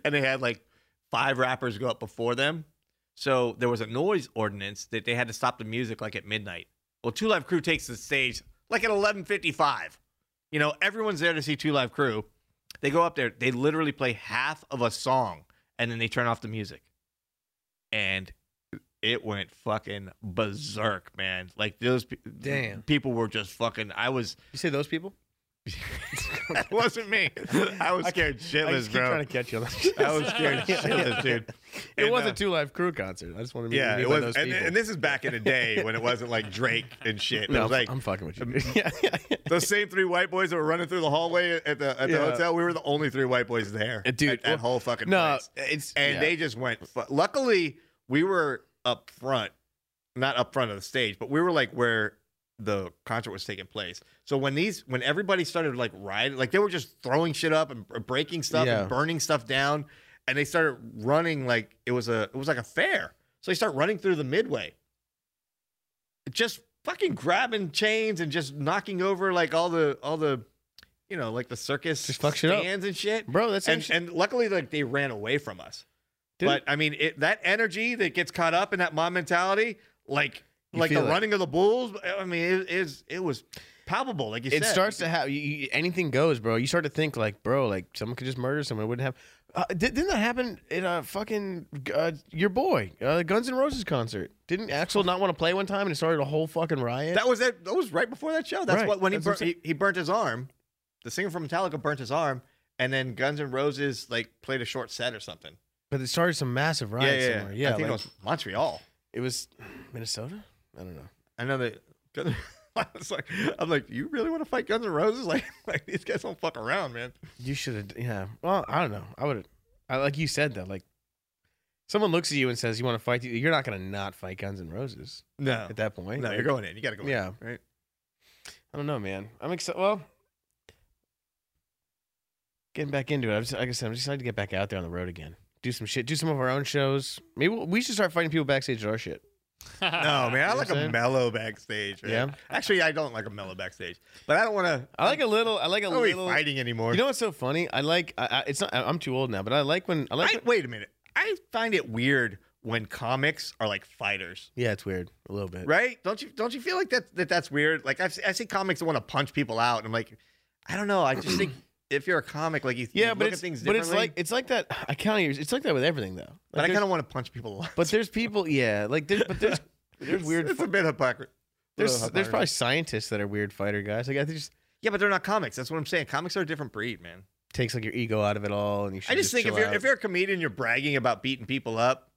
Speaker 1: and they had like five rappers go up before them. So there was a noise ordinance that they had to stop the music like at midnight. Well, Two Live Crew takes the stage like at 11:55. You know, everyone's there to see Two Live Crew. They go up there, they literally play half of a song and then they turn off the music. And it went fucking berserk, man. Like those pe-
Speaker 2: Damn.
Speaker 1: people were just fucking I was
Speaker 2: you say those people?
Speaker 1: it wasn't me. I was
Speaker 2: I-
Speaker 1: scared
Speaker 2: I
Speaker 1: shitless,
Speaker 2: just keep
Speaker 1: bro.
Speaker 2: trying to catch you. On that.
Speaker 1: I was scared shitless, dude.
Speaker 2: It
Speaker 1: And,
Speaker 2: was
Speaker 1: uh,
Speaker 2: a Two Live Crew concert. I just wanted to be
Speaker 1: Yeah,
Speaker 2: yeah,
Speaker 1: it
Speaker 2: by
Speaker 1: was,
Speaker 2: those
Speaker 1: and,
Speaker 2: people.
Speaker 1: and this is back in the day when it wasn't like Drake and shit. it
Speaker 2: no,
Speaker 1: was like um,
Speaker 2: I'm fucking with you. dude. yeah, yeah, yeah.
Speaker 1: those same three white boys that were running through the hallway at the at the
Speaker 2: Yeah.
Speaker 1: hotel. We were the only three white boys there,
Speaker 2: Uh, dude,
Speaker 1: At that
Speaker 2: well,
Speaker 1: whole fucking
Speaker 2: No,
Speaker 1: place.
Speaker 2: it's
Speaker 1: And
Speaker 2: yeah.
Speaker 1: they just went. Fu- Luckily, we were up front, not up front of the stage, but we were like where the concert was taking place. So when these, when everybody started like rioting, like they were just throwing shit up and b- breaking stuff
Speaker 2: Yeah.
Speaker 1: and burning stuff down, and they started running like it was a it was like a fair. So they start running through the midway, just fucking grabbing chains and just knocking over like all the all the, you know, like the circus
Speaker 2: Just fuck shit up.
Speaker 1: stands and shit.
Speaker 2: bro. That's
Speaker 1: And,
Speaker 2: and,
Speaker 1: and luckily, like they ran away from us.
Speaker 2: Dude.
Speaker 1: But I mean, it, that energy that gets caught up in that mom mentality, like
Speaker 2: You
Speaker 1: like the
Speaker 2: feel it.
Speaker 1: running of the bulls. I mean, it is it was palpable. Like you
Speaker 2: it
Speaker 1: said,
Speaker 2: starts to have you, you, anything goes, bro. You start to think like, bro, like someone could just murder someone. It wouldn't have. Uh, did, didn't that happen in a fucking uh, your boy uh, Guns N' Roses concert? Didn't Axel not want to play one time and it started a whole fucking riot?
Speaker 1: That was it. That was right before that show. That's
Speaker 2: Right.
Speaker 1: what when he,
Speaker 2: That's what
Speaker 1: bur-
Speaker 2: I'm saying.
Speaker 1: he he burnt his arm. The singer from Metallica burnt his arm, and then Guns N' Roses like played a short set or something.
Speaker 2: but it started some massive riot somewhere. Yeah,
Speaker 1: I think
Speaker 2: like,
Speaker 1: it was Montreal.
Speaker 2: it was Minnesota. I don't know.
Speaker 1: I know that. It's like I'm like, you really want to fight Guns N' Roses? Like, like these guys don't fuck around, man.
Speaker 2: You should have. Yeah. Well, I don't know. I would. I like you said though. Like someone looks at you and says you want to fight. You're not gonna not fight Guns N' Roses
Speaker 1: No,
Speaker 2: at that point.
Speaker 1: no,
Speaker 2: Like,
Speaker 1: you're going in. You got to go. in.
Speaker 2: Yeah.
Speaker 1: right.
Speaker 2: I don't know, man. I'm excited. Well, getting back into it. I'm just, like I said, I'm just excited to get back out there on the road again. Do some shit. Do some of our own shows. Maybe we'll, we should start fighting people backstage at our shit.
Speaker 1: No, man, I
Speaker 2: know
Speaker 1: like
Speaker 2: what I'm
Speaker 1: a
Speaker 2: saying?
Speaker 1: mellow backstage. Man.
Speaker 2: Yeah.
Speaker 1: Actually, I don't like a mellow backstage, but I don't want to.
Speaker 2: I like a little. I like a
Speaker 1: Are we
Speaker 2: little.
Speaker 1: fighting anymore?
Speaker 2: You know what's so funny? I like. I, I, it's not. I, I'm too old now, but I like when. I like.
Speaker 1: I,
Speaker 2: when-
Speaker 1: wait a minute. I find it weird when comics are like fighters,
Speaker 2: yeah, it's weird a little bit.
Speaker 1: right? Don't you don't you feel like that, that that's weird? Like I've, se- I see comics that want to punch people out, and I'm like, I don't know. I just think if you're a comic, like you, you
Speaker 2: Yeah, but
Speaker 1: look at
Speaker 2: it's,
Speaker 1: things
Speaker 2: but it's
Speaker 1: differently.
Speaker 2: like it's like that. I kind of it's like that with everything though.
Speaker 1: but I
Speaker 2: Like,
Speaker 1: kind
Speaker 2: there's-
Speaker 1: of want to punch people. A lot.
Speaker 2: but there's people yeah like there's but there's there's weird
Speaker 1: It's a bit hypocrite.
Speaker 2: there's
Speaker 1: little
Speaker 2: there's
Speaker 1: hypocrisy.
Speaker 2: probably scientists that are weird fighter guys. Like I think it just
Speaker 1: yeah, but they're not comics. That's what I'm saying. Comics are a different breed, man.
Speaker 2: takes like your ego out of it all and you. Should
Speaker 1: I just think if
Speaker 2: chill
Speaker 1: you're
Speaker 2: out.
Speaker 1: if you're a comedian, you're bragging about beating people up.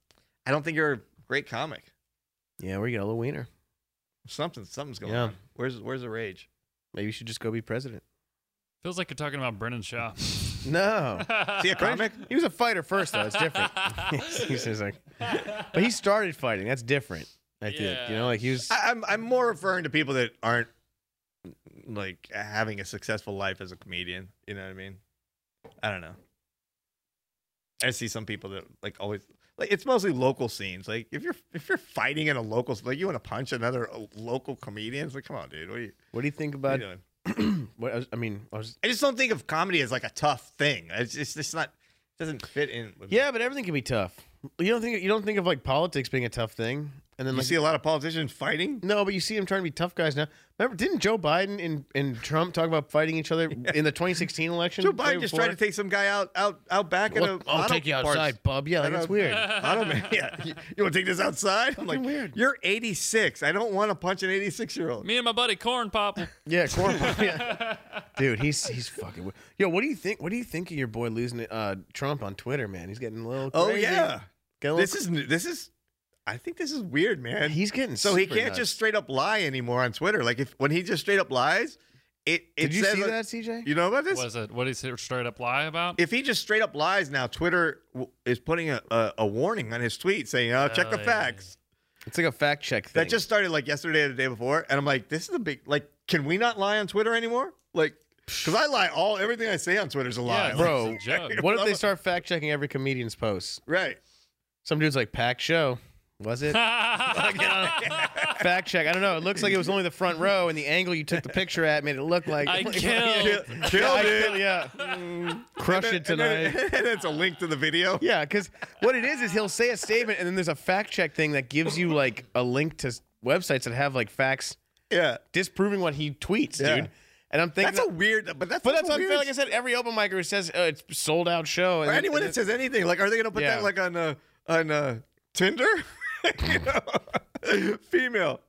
Speaker 1: I don't think you're a great comic.
Speaker 2: yeah, where you get a little wiener.
Speaker 1: Something, something's going
Speaker 2: Yeah.
Speaker 1: on. Where's where's the rage?
Speaker 2: Maybe you should just go be president.
Speaker 3: Feels like you're talking about Brennan Shaw.
Speaker 2: No,
Speaker 1: See a comic?
Speaker 2: he was a fighter first though. It's different. He's just like- but he started fighting. That's different. I think you
Speaker 3: Yeah.
Speaker 2: know like he was.
Speaker 1: I, I'm I'm more referring to people that aren't like having a successful life as a comedian. You know what I mean? I don't know. I see some people that like always like it's mostly local scenes. Like if you're if you're fighting in a local like you want to punch another uh, local comedian, it's like come on, dude, what are you,
Speaker 2: What do you think
Speaker 1: what are
Speaker 2: about?
Speaker 1: you doing?
Speaker 2: what I, was- I mean, I was.
Speaker 1: I just don't think of comedy as like a tough thing. It's it's just not it doesn't fit in. With me.
Speaker 2: Yeah, but everything can be tough. You don't think you don't think of like politics being a tough thing, and then
Speaker 1: you
Speaker 2: like
Speaker 1: see a lot of politicians fighting.
Speaker 2: no, but you see them trying to be tough guys now. Remember, didn't Joe Biden and, and Trump talk about fighting each other in the 2016 election?
Speaker 1: Joe
Speaker 2: the day
Speaker 1: Biden just tried to
Speaker 2: before?
Speaker 1: take some guy out out out back in
Speaker 2: Well,
Speaker 1: a
Speaker 2: I'll
Speaker 1: auto
Speaker 2: take you
Speaker 1: parts-
Speaker 2: outside, bub. Yeah, like,
Speaker 1: I
Speaker 2: that's
Speaker 1: don't-
Speaker 2: weird.
Speaker 1: auto man. Yeah, you, want to take this outside? I'm like,
Speaker 2: Fucking weird.
Speaker 1: you're 86. I don't want to punch an 86 year old.
Speaker 3: Me and my buddy Corn Pop.
Speaker 2: Yeah, corn pop, yeah. Dude, he's he's fucking. wi- Yo, what do you think? What do you think of your boy losing uh, Trump on Twitter, man? He's getting a little.
Speaker 1: Oh
Speaker 2: crazy.
Speaker 1: yeah,
Speaker 2: Getting a
Speaker 1: this
Speaker 2: little,
Speaker 1: is new- this is. I think this is weird, man.
Speaker 2: he's getting
Speaker 1: So he
Speaker 2: super
Speaker 1: can't
Speaker 2: nuts.
Speaker 1: just straight up lie anymore on Twitter. Like if when he just straight up lies, it it
Speaker 2: Did you
Speaker 1: says
Speaker 2: see
Speaker 1: on-
Speaker 2: that, CJ?
Speaker 1: You know about this?
Speaker 3: Was it? What is it? Straight up lie about?
Speaker 1: If he just straight up lies now, Twitter w- is putting a, a, a warning on his tweet saying, "Oh, check
Speaker 3: Oh,
Speaker 1: the
Speaker 3: yeah,
Speaker 1: facts."
Speaker 2: it's like a fact check thing.
Speaker 1: That just started like yesterday or the day before, and I'm like, "This is the big like, can we not lie on Twitter anymore?" Like, because I lie all everything I say on Twitter is a lie,
Speaker 3: Yeah,
Speaker 1: Like,
Speaker 2: bro.
Speaker 3: it's a joke.
Speaker 2: What if they start fact checking every comedian's posts?
Speaker 1: Right?
Speaker 2: Some dude's like, "Pack show." Was it fact check? I don't know. It looks like it was only the front row, and the angle you took the picture at made it look like
Speaker 3: I
Speaker 2: like-
Speaker 3: killed.
Speaker 1: Kill-
Speaker 2: Yeah,
Speaker 1: Killed
Speaker 2: I
Speaker 1: it.
Speaker 2: killed, yeah. Crush it
Speaker 1: And then-
Speaker 2: tonight.
Speaker 1: and it's a link to the video.
Speaker 2: Yeah, because what it is is he'll say a statement, and then there's a fact check thing that gives you like a link to s- websites that have like facts
Speaker 1: Yeah.
Speaker 2: disproving what he tweets,
Speaker 1: Yeah.
Speaker 2: dude. And I'm thinking,
Speaker 1: That's a weird, but that's
Speaker 2: but that's
Speaker 1: a weird
Speaker 2: unfair. Like I said, every open micer who says uh, it's sold out show, and
Speaker 1: or
Speaker 2: then-
Speaker 1: anyone
Speaker 2: and
Speaker 1: that says anything. Like, are they gonna put
Speaker 2: Yeah.
Speaker 1: that like on uh, on uh, Tinder? You know? Female,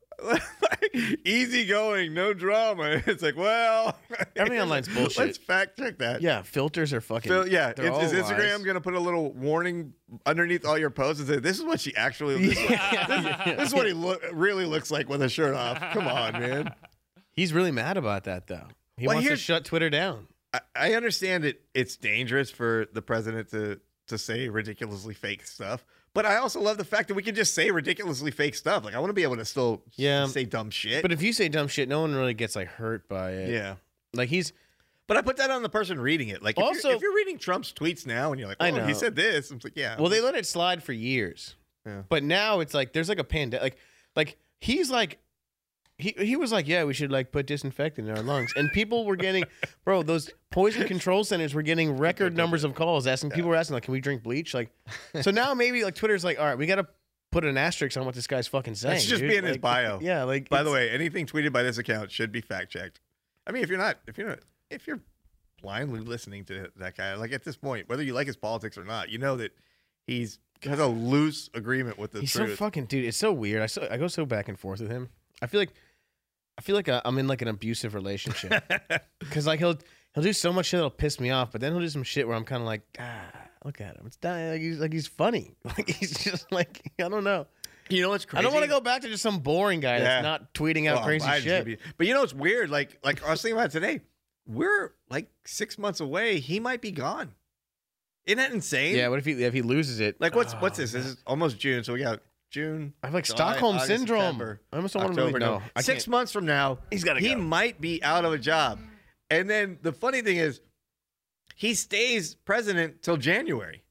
Speaker 1: easy going, no drama. It's like, well,
Speaker 2: Everything online's bullshit.
Speaker 1: Let's fact check that.
Speaker 2: yeah, filters are fucking.
Speaker 1: So yeah,
Speaker 2: they're
Speaker 1: is, is
Speaker 2: all
Speaker 1: Instagram
Speaker 2: lies.
Speaker 1: gonna put a little warning underneath all your posts and say, "This is what she actually, this, is what-
Speaker 2: Yeah.
Speaker 1: this is what he loo- really looks like with a shirt off." Come on, man.
Speaker 2: He's really mad about that though. He
Speaker 1: Well,
Speaker 2: wants to
Speaker 1: here's-
Speaker 2: shut Twitter down.
Speaker 1: I, I understand it. It's dangerous for the president to to say ridiculously fake stuff, but I also love the fact that we can just say ridiculously fake stuff. Like I want to be able to still
Speaker 2: Yeah.
Speaker 1: say dumb shit.
Speaker 2: But if you say dumb shit, no one really gets like hurt by it.
Speaker 1: yeah.
Speaker 2: Like he's
Speaker 1: But I put that on the person reading it. Like if,
Speaker 2: Also-
Speaker 1: you're, if you're reading Trump's tweets now and you're like, oh,
Speaker 2: I know.
Speaker 1: he said this. I'm like, yeah.
Speaker 2: well, they let it slide for years.
Speaker 1: Yeah.
Speaker 2: But now it's like there's like a pandemic. Like like he's like he he was like, yeah, we should like put disinfectant in our lungs, and people were getting, bro, those poison control centers were getting record numbers of calls asking. People were asking like, can we drink bleach? Like, so now maybe like Twitter's like, all right, we got to put an asterisk on what this guy's fucking saying.
Speaker 1: That's just
Speaker 2: dude.
Speaker 1: be in his
Speaker 2: Like,
Speaker 1: bio.
Speaker 2: Yeah, like
Speaker 1: By
Speaker 2: it's-
Speaker 1: the way, anything tweeted by this account should be fact checked. I mean, if you're not, if you're not, if you're blindly listening to that guy, like at this point, whether you like his politics or not, you know that he's has a loose agreement with the
Speaker 2: He's
Speaker 1: truth.
Speaker 2: so fucking dude. It's so weird. I so, I go so back and forth with him. I feel like I feel like I, I'm in like an abusive relationship because like he'll he'll do so much shit that'll piss me off, but then he'll do some shit where I'm kind of like, ah, look at him. It's dying. Like he's like he's funny. Like he's just like I don't know.
Speaker 1: you know what's crazy?
Speaker 2: I don't want to go back to just some boring guy
Speaker 1: Yeah.
Speaker 2: that's not tweeting out
Speaker 1: Well,
Speaker 2: crazy
Speaker 1: Biden's gonna
Speaker 2: shit.
Speaker 1: be- but you know what's weird? Like, like I was thinking about it today. We're like six months away. He might be gone. Isn't that insane?
Speaker 2: yeah. What if he if he loses it?
Speaker 1: Like, what's what's
Speaker 3: Oh,
Speaker 1: this? This is almost June, so we got June.
Speaker 2: I have like
Speaker 1: July,
Speaker 2: Stockholm
Speaker 1: August,
Speaker 2: syndrome.
Speaker 1: September,
Speaker 2: I almost don't want to really
Speaker 1: October,
Speaker 2: know.
Speaker 1: November.
Speaker 2: I
Speaker 1: Six
Speaker 2: can't-
Speaker 1: months from now, he's
Speaker 2: gotta
Speaker 1: He
Speaker 2: go.
Speaker 1: might be out of a job, and then the funny thing is, he stays president till January.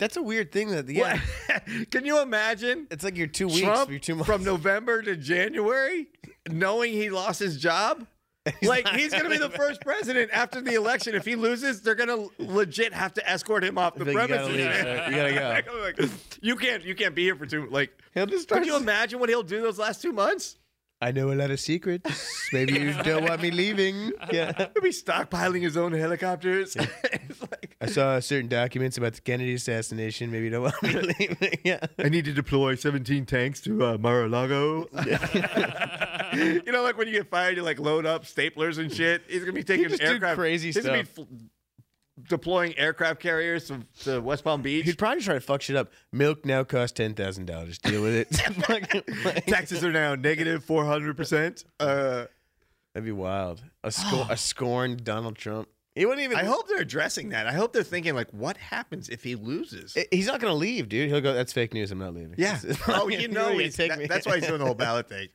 Speaker 2: That's a weird thing. That yeah.
Speaker 1: What- Can you imagine
Speaker 2: It's like you're two weeks.
Speaker 1: Trump
Speaker 2: you're two months.
Speaker 1: from November to January, knowing he lost his job? like
Speaker 2: not
Speaker 1: he's gonna be the
Speaker 2: coming
Speaker 1: first president after the election. If he loses, they're gonna legit have to escort him off the
Speaker 2: Like, you gotta
Speaker 1: premises.
Speaker 2: leave,
Speaker 1: man.
Speaker 2: sir. You gotta go.
Speaker 1: I'm like, you can't you can't be here for two like
Speaker 2: He'll just
Speaker 1: Could
Speaker 2: start
Speaker 1: you imagine what he'll do those last two months?
Speaker 2: I know a lot of secrets. Maybe you don't want me leaving. Yeah.
Speaker 1: He'll be stockpiling his own helicopters. it's like,
Speaker 2: I saw certain documents about the Kennedy assassination. Maybe you don't want me leaving. Yeah.
Speaker 1: I need to deploy 17 tanks to uh, Mar-a-Lago. you know, like when you get fired, you like load up staplers and shit. He's gonna be taking
Speaker 2: just do
Speaker 1: aircraft
Speaker 2: crazy
Speaker 1: he's Gonna be fl- deploying aircraft carriers to, to West Palm Beach.
Speaker 2: He'd probably try to fuck shit up. Milk now costs ten thousand dollars. Deal with it. Fucking- like-
Speaker 1: Taxes are now negative 400 percent. Uh,
Speaker 2: That'd be wild. A, scor- a scorned Donald Trump. He wouldn't even.
Speaker 1: I hope they're addressing that. I hope they're thinking like, what happens if he loses?
Speaker 2: I- He's not gonna leave, dude. He'll go. That's fake news. I'm not leaving.
Speaker 1: Yeah. Oh, you
Speaker 2: You're
Speaker 1: know,
Speaker 2: gonna
Speaker 1: he's,
Speaker 2: take
Speaker 1: that-
Speaker 2: me.
Speaker 1: that's why he's doing the whole ballot thing.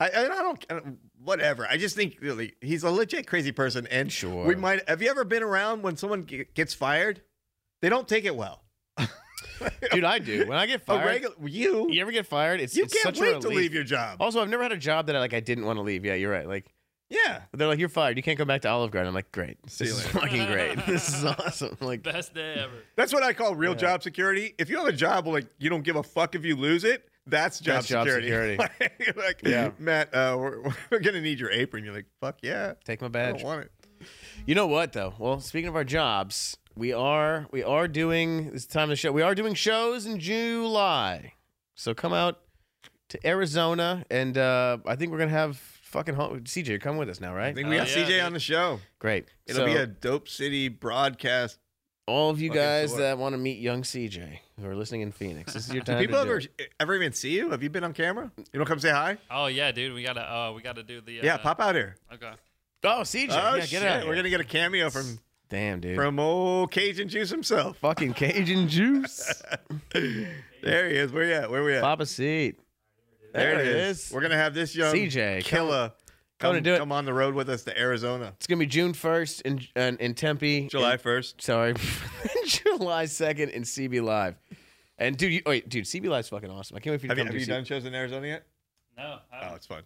Speaker 1: I, I don't, I don't- whatever. I just think really he's a legit crazy person. And
Speaker 2: Sure.
Speaker 1: we might, have you ever been around when someone ge- gets fired They don't take it well.
Speaker 2: Dude, I do. When I get
Speaker 1: A
Speaker 2: fired,
Speaker 1: regular you
Speaker 2: you ever get fired? It's
Speaker 1: you
Speaker 2: it's
Speaker 1: can't
Speaker 2: such a
Speaker 1: wait
Speaker 2: relief. Oh.
Speaker 1: to leave your job.
Speaker 2: Also, I've never had a job that I like. I didn't want to leave. Yeah, you're right. Like
Speaker 1: Yeah.
Speaker 2: they're like, you're fired. You can't go back to Olive Garden. I'm like, great.
Speaker 1: See
Speaker 2: this
Speaker 1: you
Speaker 2: is
Speaker 1: later.
Speaker 2: fucking great. This is awesome. Like,
Speaker 3: Best day ever.
Speaker 1: That's what I call real
Speaker 2: Yeah.
Speaker 1: job security. If you have a job where, like you don't give a fuck if you lose it, that's job
Speaker 2: That's job
Speaker 1: security. like, like,
Speaker 2: Yeah.
Speaker 1: Matt, uh, we're, we're gonna need your apron. You're like, fuck yeah,
Speaker 2: take my
Speaker 1: I
Speaker 2: badge.
Speaker 1: don't want it.
Speaker 2: You know what though? Well, speaking of our jobs, we are we are doing it's time to show. We are doing shows in July, so come out to Arizona, and uh, I think we're gonna have fucking home. CJ, you're coming with us now,
Speaker 1: I
Speaker 2: right?
Speaker 1: think we
Speaker 3: Hell
Speaker 1: got
Speaker 3: yeah,
Speaker 1: CJ
Speaker 3: dude.
Speaker 1: on the show.
Speaker 2: Great.
Speaker 1: It'll
Speaker 2: So,
Speaker 1: be a dope city broadcast.
Speaker 2: all of you
Speaker 1: fucking
Speaker 2: guys
Speaker 1: tour.
Speaker 2: that want to meet young CJ who are listening in Phoenix. This is your
Speaker 1: Do
Speaker 2: time.
Speaker 1: people
Speaker 2: to do
Speaker 1: ever
Speaker 2: it.
Speaker 1: ever even see you? Have you been on camera? You don't come say hi?
Speaker 3: Oh yeah, dude. We gotta uh, we gotta do the uh,
Speaker 1: Yeah, pop out here.
Speaker 3: Okay.
Speaker 2: Oh, CJ.
Speaker 1: Oh
Speaker 2: yeah, get
Speaker 1: shit,
Speaker 2: out. here.
Speaker 1: we're gonna get a cameo from
Speaker 2: Damn, dude.
Speaker 1: from old Cajun Juice himself.
Speaker 2: fucking Cajun juice.
Speaker 1: There he is. Where you at? Where we at?
Speaker 2: Pop a seat.
Speaker 1: there it
Speaker 2: there it
Speaker 1: is.
Speaker 2: is.
Speaker 1: We're gonna have this young
Speaker 2: CJ, come-
Speaker 1: killer
Speaker 2: come to do it.
Speaker 1: come on the road with us to Arizona,
Speaker 2: It's gonna be June first in, in in Tempe.
Speaker 1: July first.
Speaker 2: sorry, July second in CB Live. And dude, you, oh, wait, dude, CB Live's fucking awesome. I can't wait for you
Speaker 1: Have
Speaker 2: to
Speaker 1: you,
Speaker 2: come
Speaker 1: have
Speaker 2: do
Speaker 1: you
Speaker 2: C- Uh,
Speaker 1: done shows in Arizona yet?
Speaker 3: No. I
Speaker 1: Oh,
Speaker 3: don't-
Speaker 1: it's fun.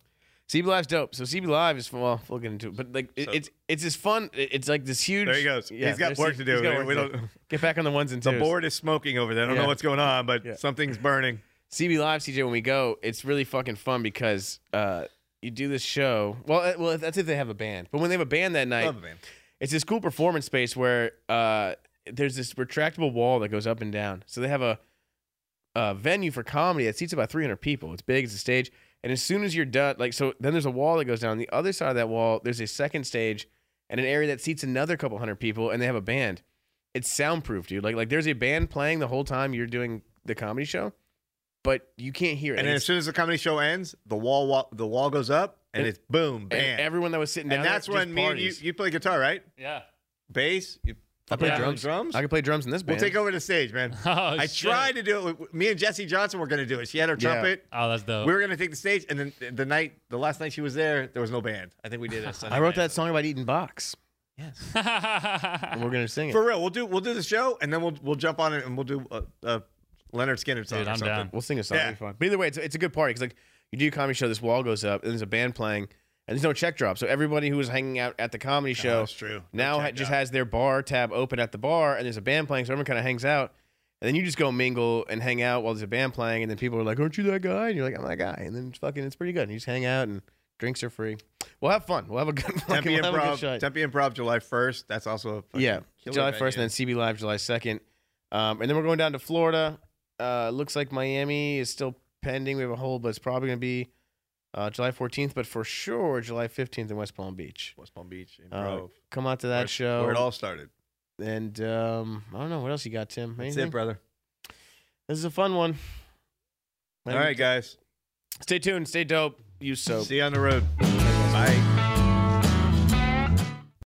Speaker 2: CB Live's dope. So CB Live is well, we'll get into it, but like it,
Speaker 1: So-
Speaker 2: it's it's as fun. it- It's like this huge.
Speaker 1: There he goes. He's got
Speaker 2: there's-
Speaker 1: work to do.
Speaker 2: he's got
Speaker 1: We-
Speaker 2: work
Speaker 1: we
Speaker 2: to
Speaker 1: don't-
Speaker 2: do. Get back on the ones and
Speaker 1: The
Speaker 2: twos.
Speaker 1: board is smoking over there. I don't
Speaker 2: Yeah.
Speaker 1: know what's going on, but
Speaker 2: Yeah.
Speaker 1: something's burning.
Speaker 2: CB Live, CJ. When we go, it's really fucking fun because uh, you do this show. Well, uh, well, that's if they have a band. But when they have a band that night,
Speaker 1: Love it, man.
Speaker 2: it's this cool performance space where uh, there's this retractable wall that goes up and down. So they have a, a venue for comedy that seats about 300 people. It's big, it's a stage. And as soon as you're done, like, so then there's a wall that goes down. The other side of that wall, there's a second stage and an area that seats another couple hundred people, and they have a band. It's soundproof, dude. Like, like there's a band playing the whole time you're doing the comedy show, but you can't hear it.
Speaker 1: And then
Speaker 2: it's-
Speaker 1: as soon as the comedy show ends, the wall, wall the wall goes up, and,
Speaker 2: And-
Speaker 1: it's boom, bam.
Speaker 2: and everyone that was sitting down
Speaker 1: and
Speaker 2: there
Speaker 1: that's
Speaker 2: just
Speaker 1: when me and you,
Speaker 2: parties.
Speaker 1: you play guitar, right?
Speaker 3: yeah.
Speaker 1: Bass. You
Speaker 2: I play
Speaker 3: Yeah.
Speaker 2: drums.
Speaker 1: Drums.
Speaker 2: I can play drums in this
Speaker 1: we'll
Speaker 2: band.
Speaker 1: take over the stage, man.
Speaker 3: Oh,
Speaker 1: I
Speaker 3: shit.
Speaker 1: tried to do it. with- Me and Jesse Johnson were going to do it. She had her
Speaker 2: Yeah.
Speaker 1: trumpet.
Speaker 3: Oh, that's dope.
Speaker 1: We were going to take the stage, and then the- the night, the last night she was there, there was no band. I think we did it.
Speaker 2: I wrote that song about eating box, and
Speaker 3: Dude,
Speaker 2: we're gonna sing it.
Speaker 1: for real. We'll do we'll do the show, and then we'll we'll jump on it, and we'll do a, a Leonard Skinner song. or
Speaker 3: I'm
Speaker 1: something.
Speaker 3: down.
Speaker 2: We'll sing a song. It'll
Speaker 1: Yeah.
Speaker 2: be fun. But either way, it's, it's a good party because like you do a comedy show, this wall goes up, and there's a band playing, and there's no check drop. So everybody who was hanging out at the comedy
Speaker 1: No,
Speaker 2: show
Speaker 1: that's true.
Speaker 2: now ha-
Speaker 1: check
Speaker 2: just
Speaker 1: drop.
Speaker 2: has their bar tab open at the bar, and there's a band playing, so everyone kind of hangs out. And then you just go mingle and hang out while there's a band playing, and then people are like, "Aren't you that guy?" And you're like, "I'm that guy." And then it's fucking, it's pretty good. And you just hang out, and drinks are free. We'll have fun. We'll have a good fucking.
Speaker 1: Tempe
Speaker 2: We'll have a good
Speaker 1: Improv.
Speaker 2: shot.
Speaker 1: Tempe Improv, July first. That's also a fucking
Speaker 2: Yeah,
Speaker 1: killer
Speaker 2: July first,
Speaker 1: venue.
Speaker 2: and then CB Live July second, um, and then we're going down to Florida. Uh, looks like Miami is still pending. We have a hold, but it's probably going to be uh, July fourteenth, but for sure July fifteenth in West Palm Beach.
Speaker 1: West Palm Beach
Speaker 2: Uh,
Speaker 1: Improv.
Speaker 2: come out to that
Speaker 1: where-
Speaker 2: show,
Speaker 1: where it all started.
Speaker 2: and um, I don't know what else you got, Tim.
Speaker 1: That's
Speaker 2: Anything?
Speaker 1: it, brother.
Speaker 2: This is a fun one.
Speaker 1: All right, guys.
Speaker 2: stay tuned, stay dope, use soap.
Speaker 1: See you on the road. Bye.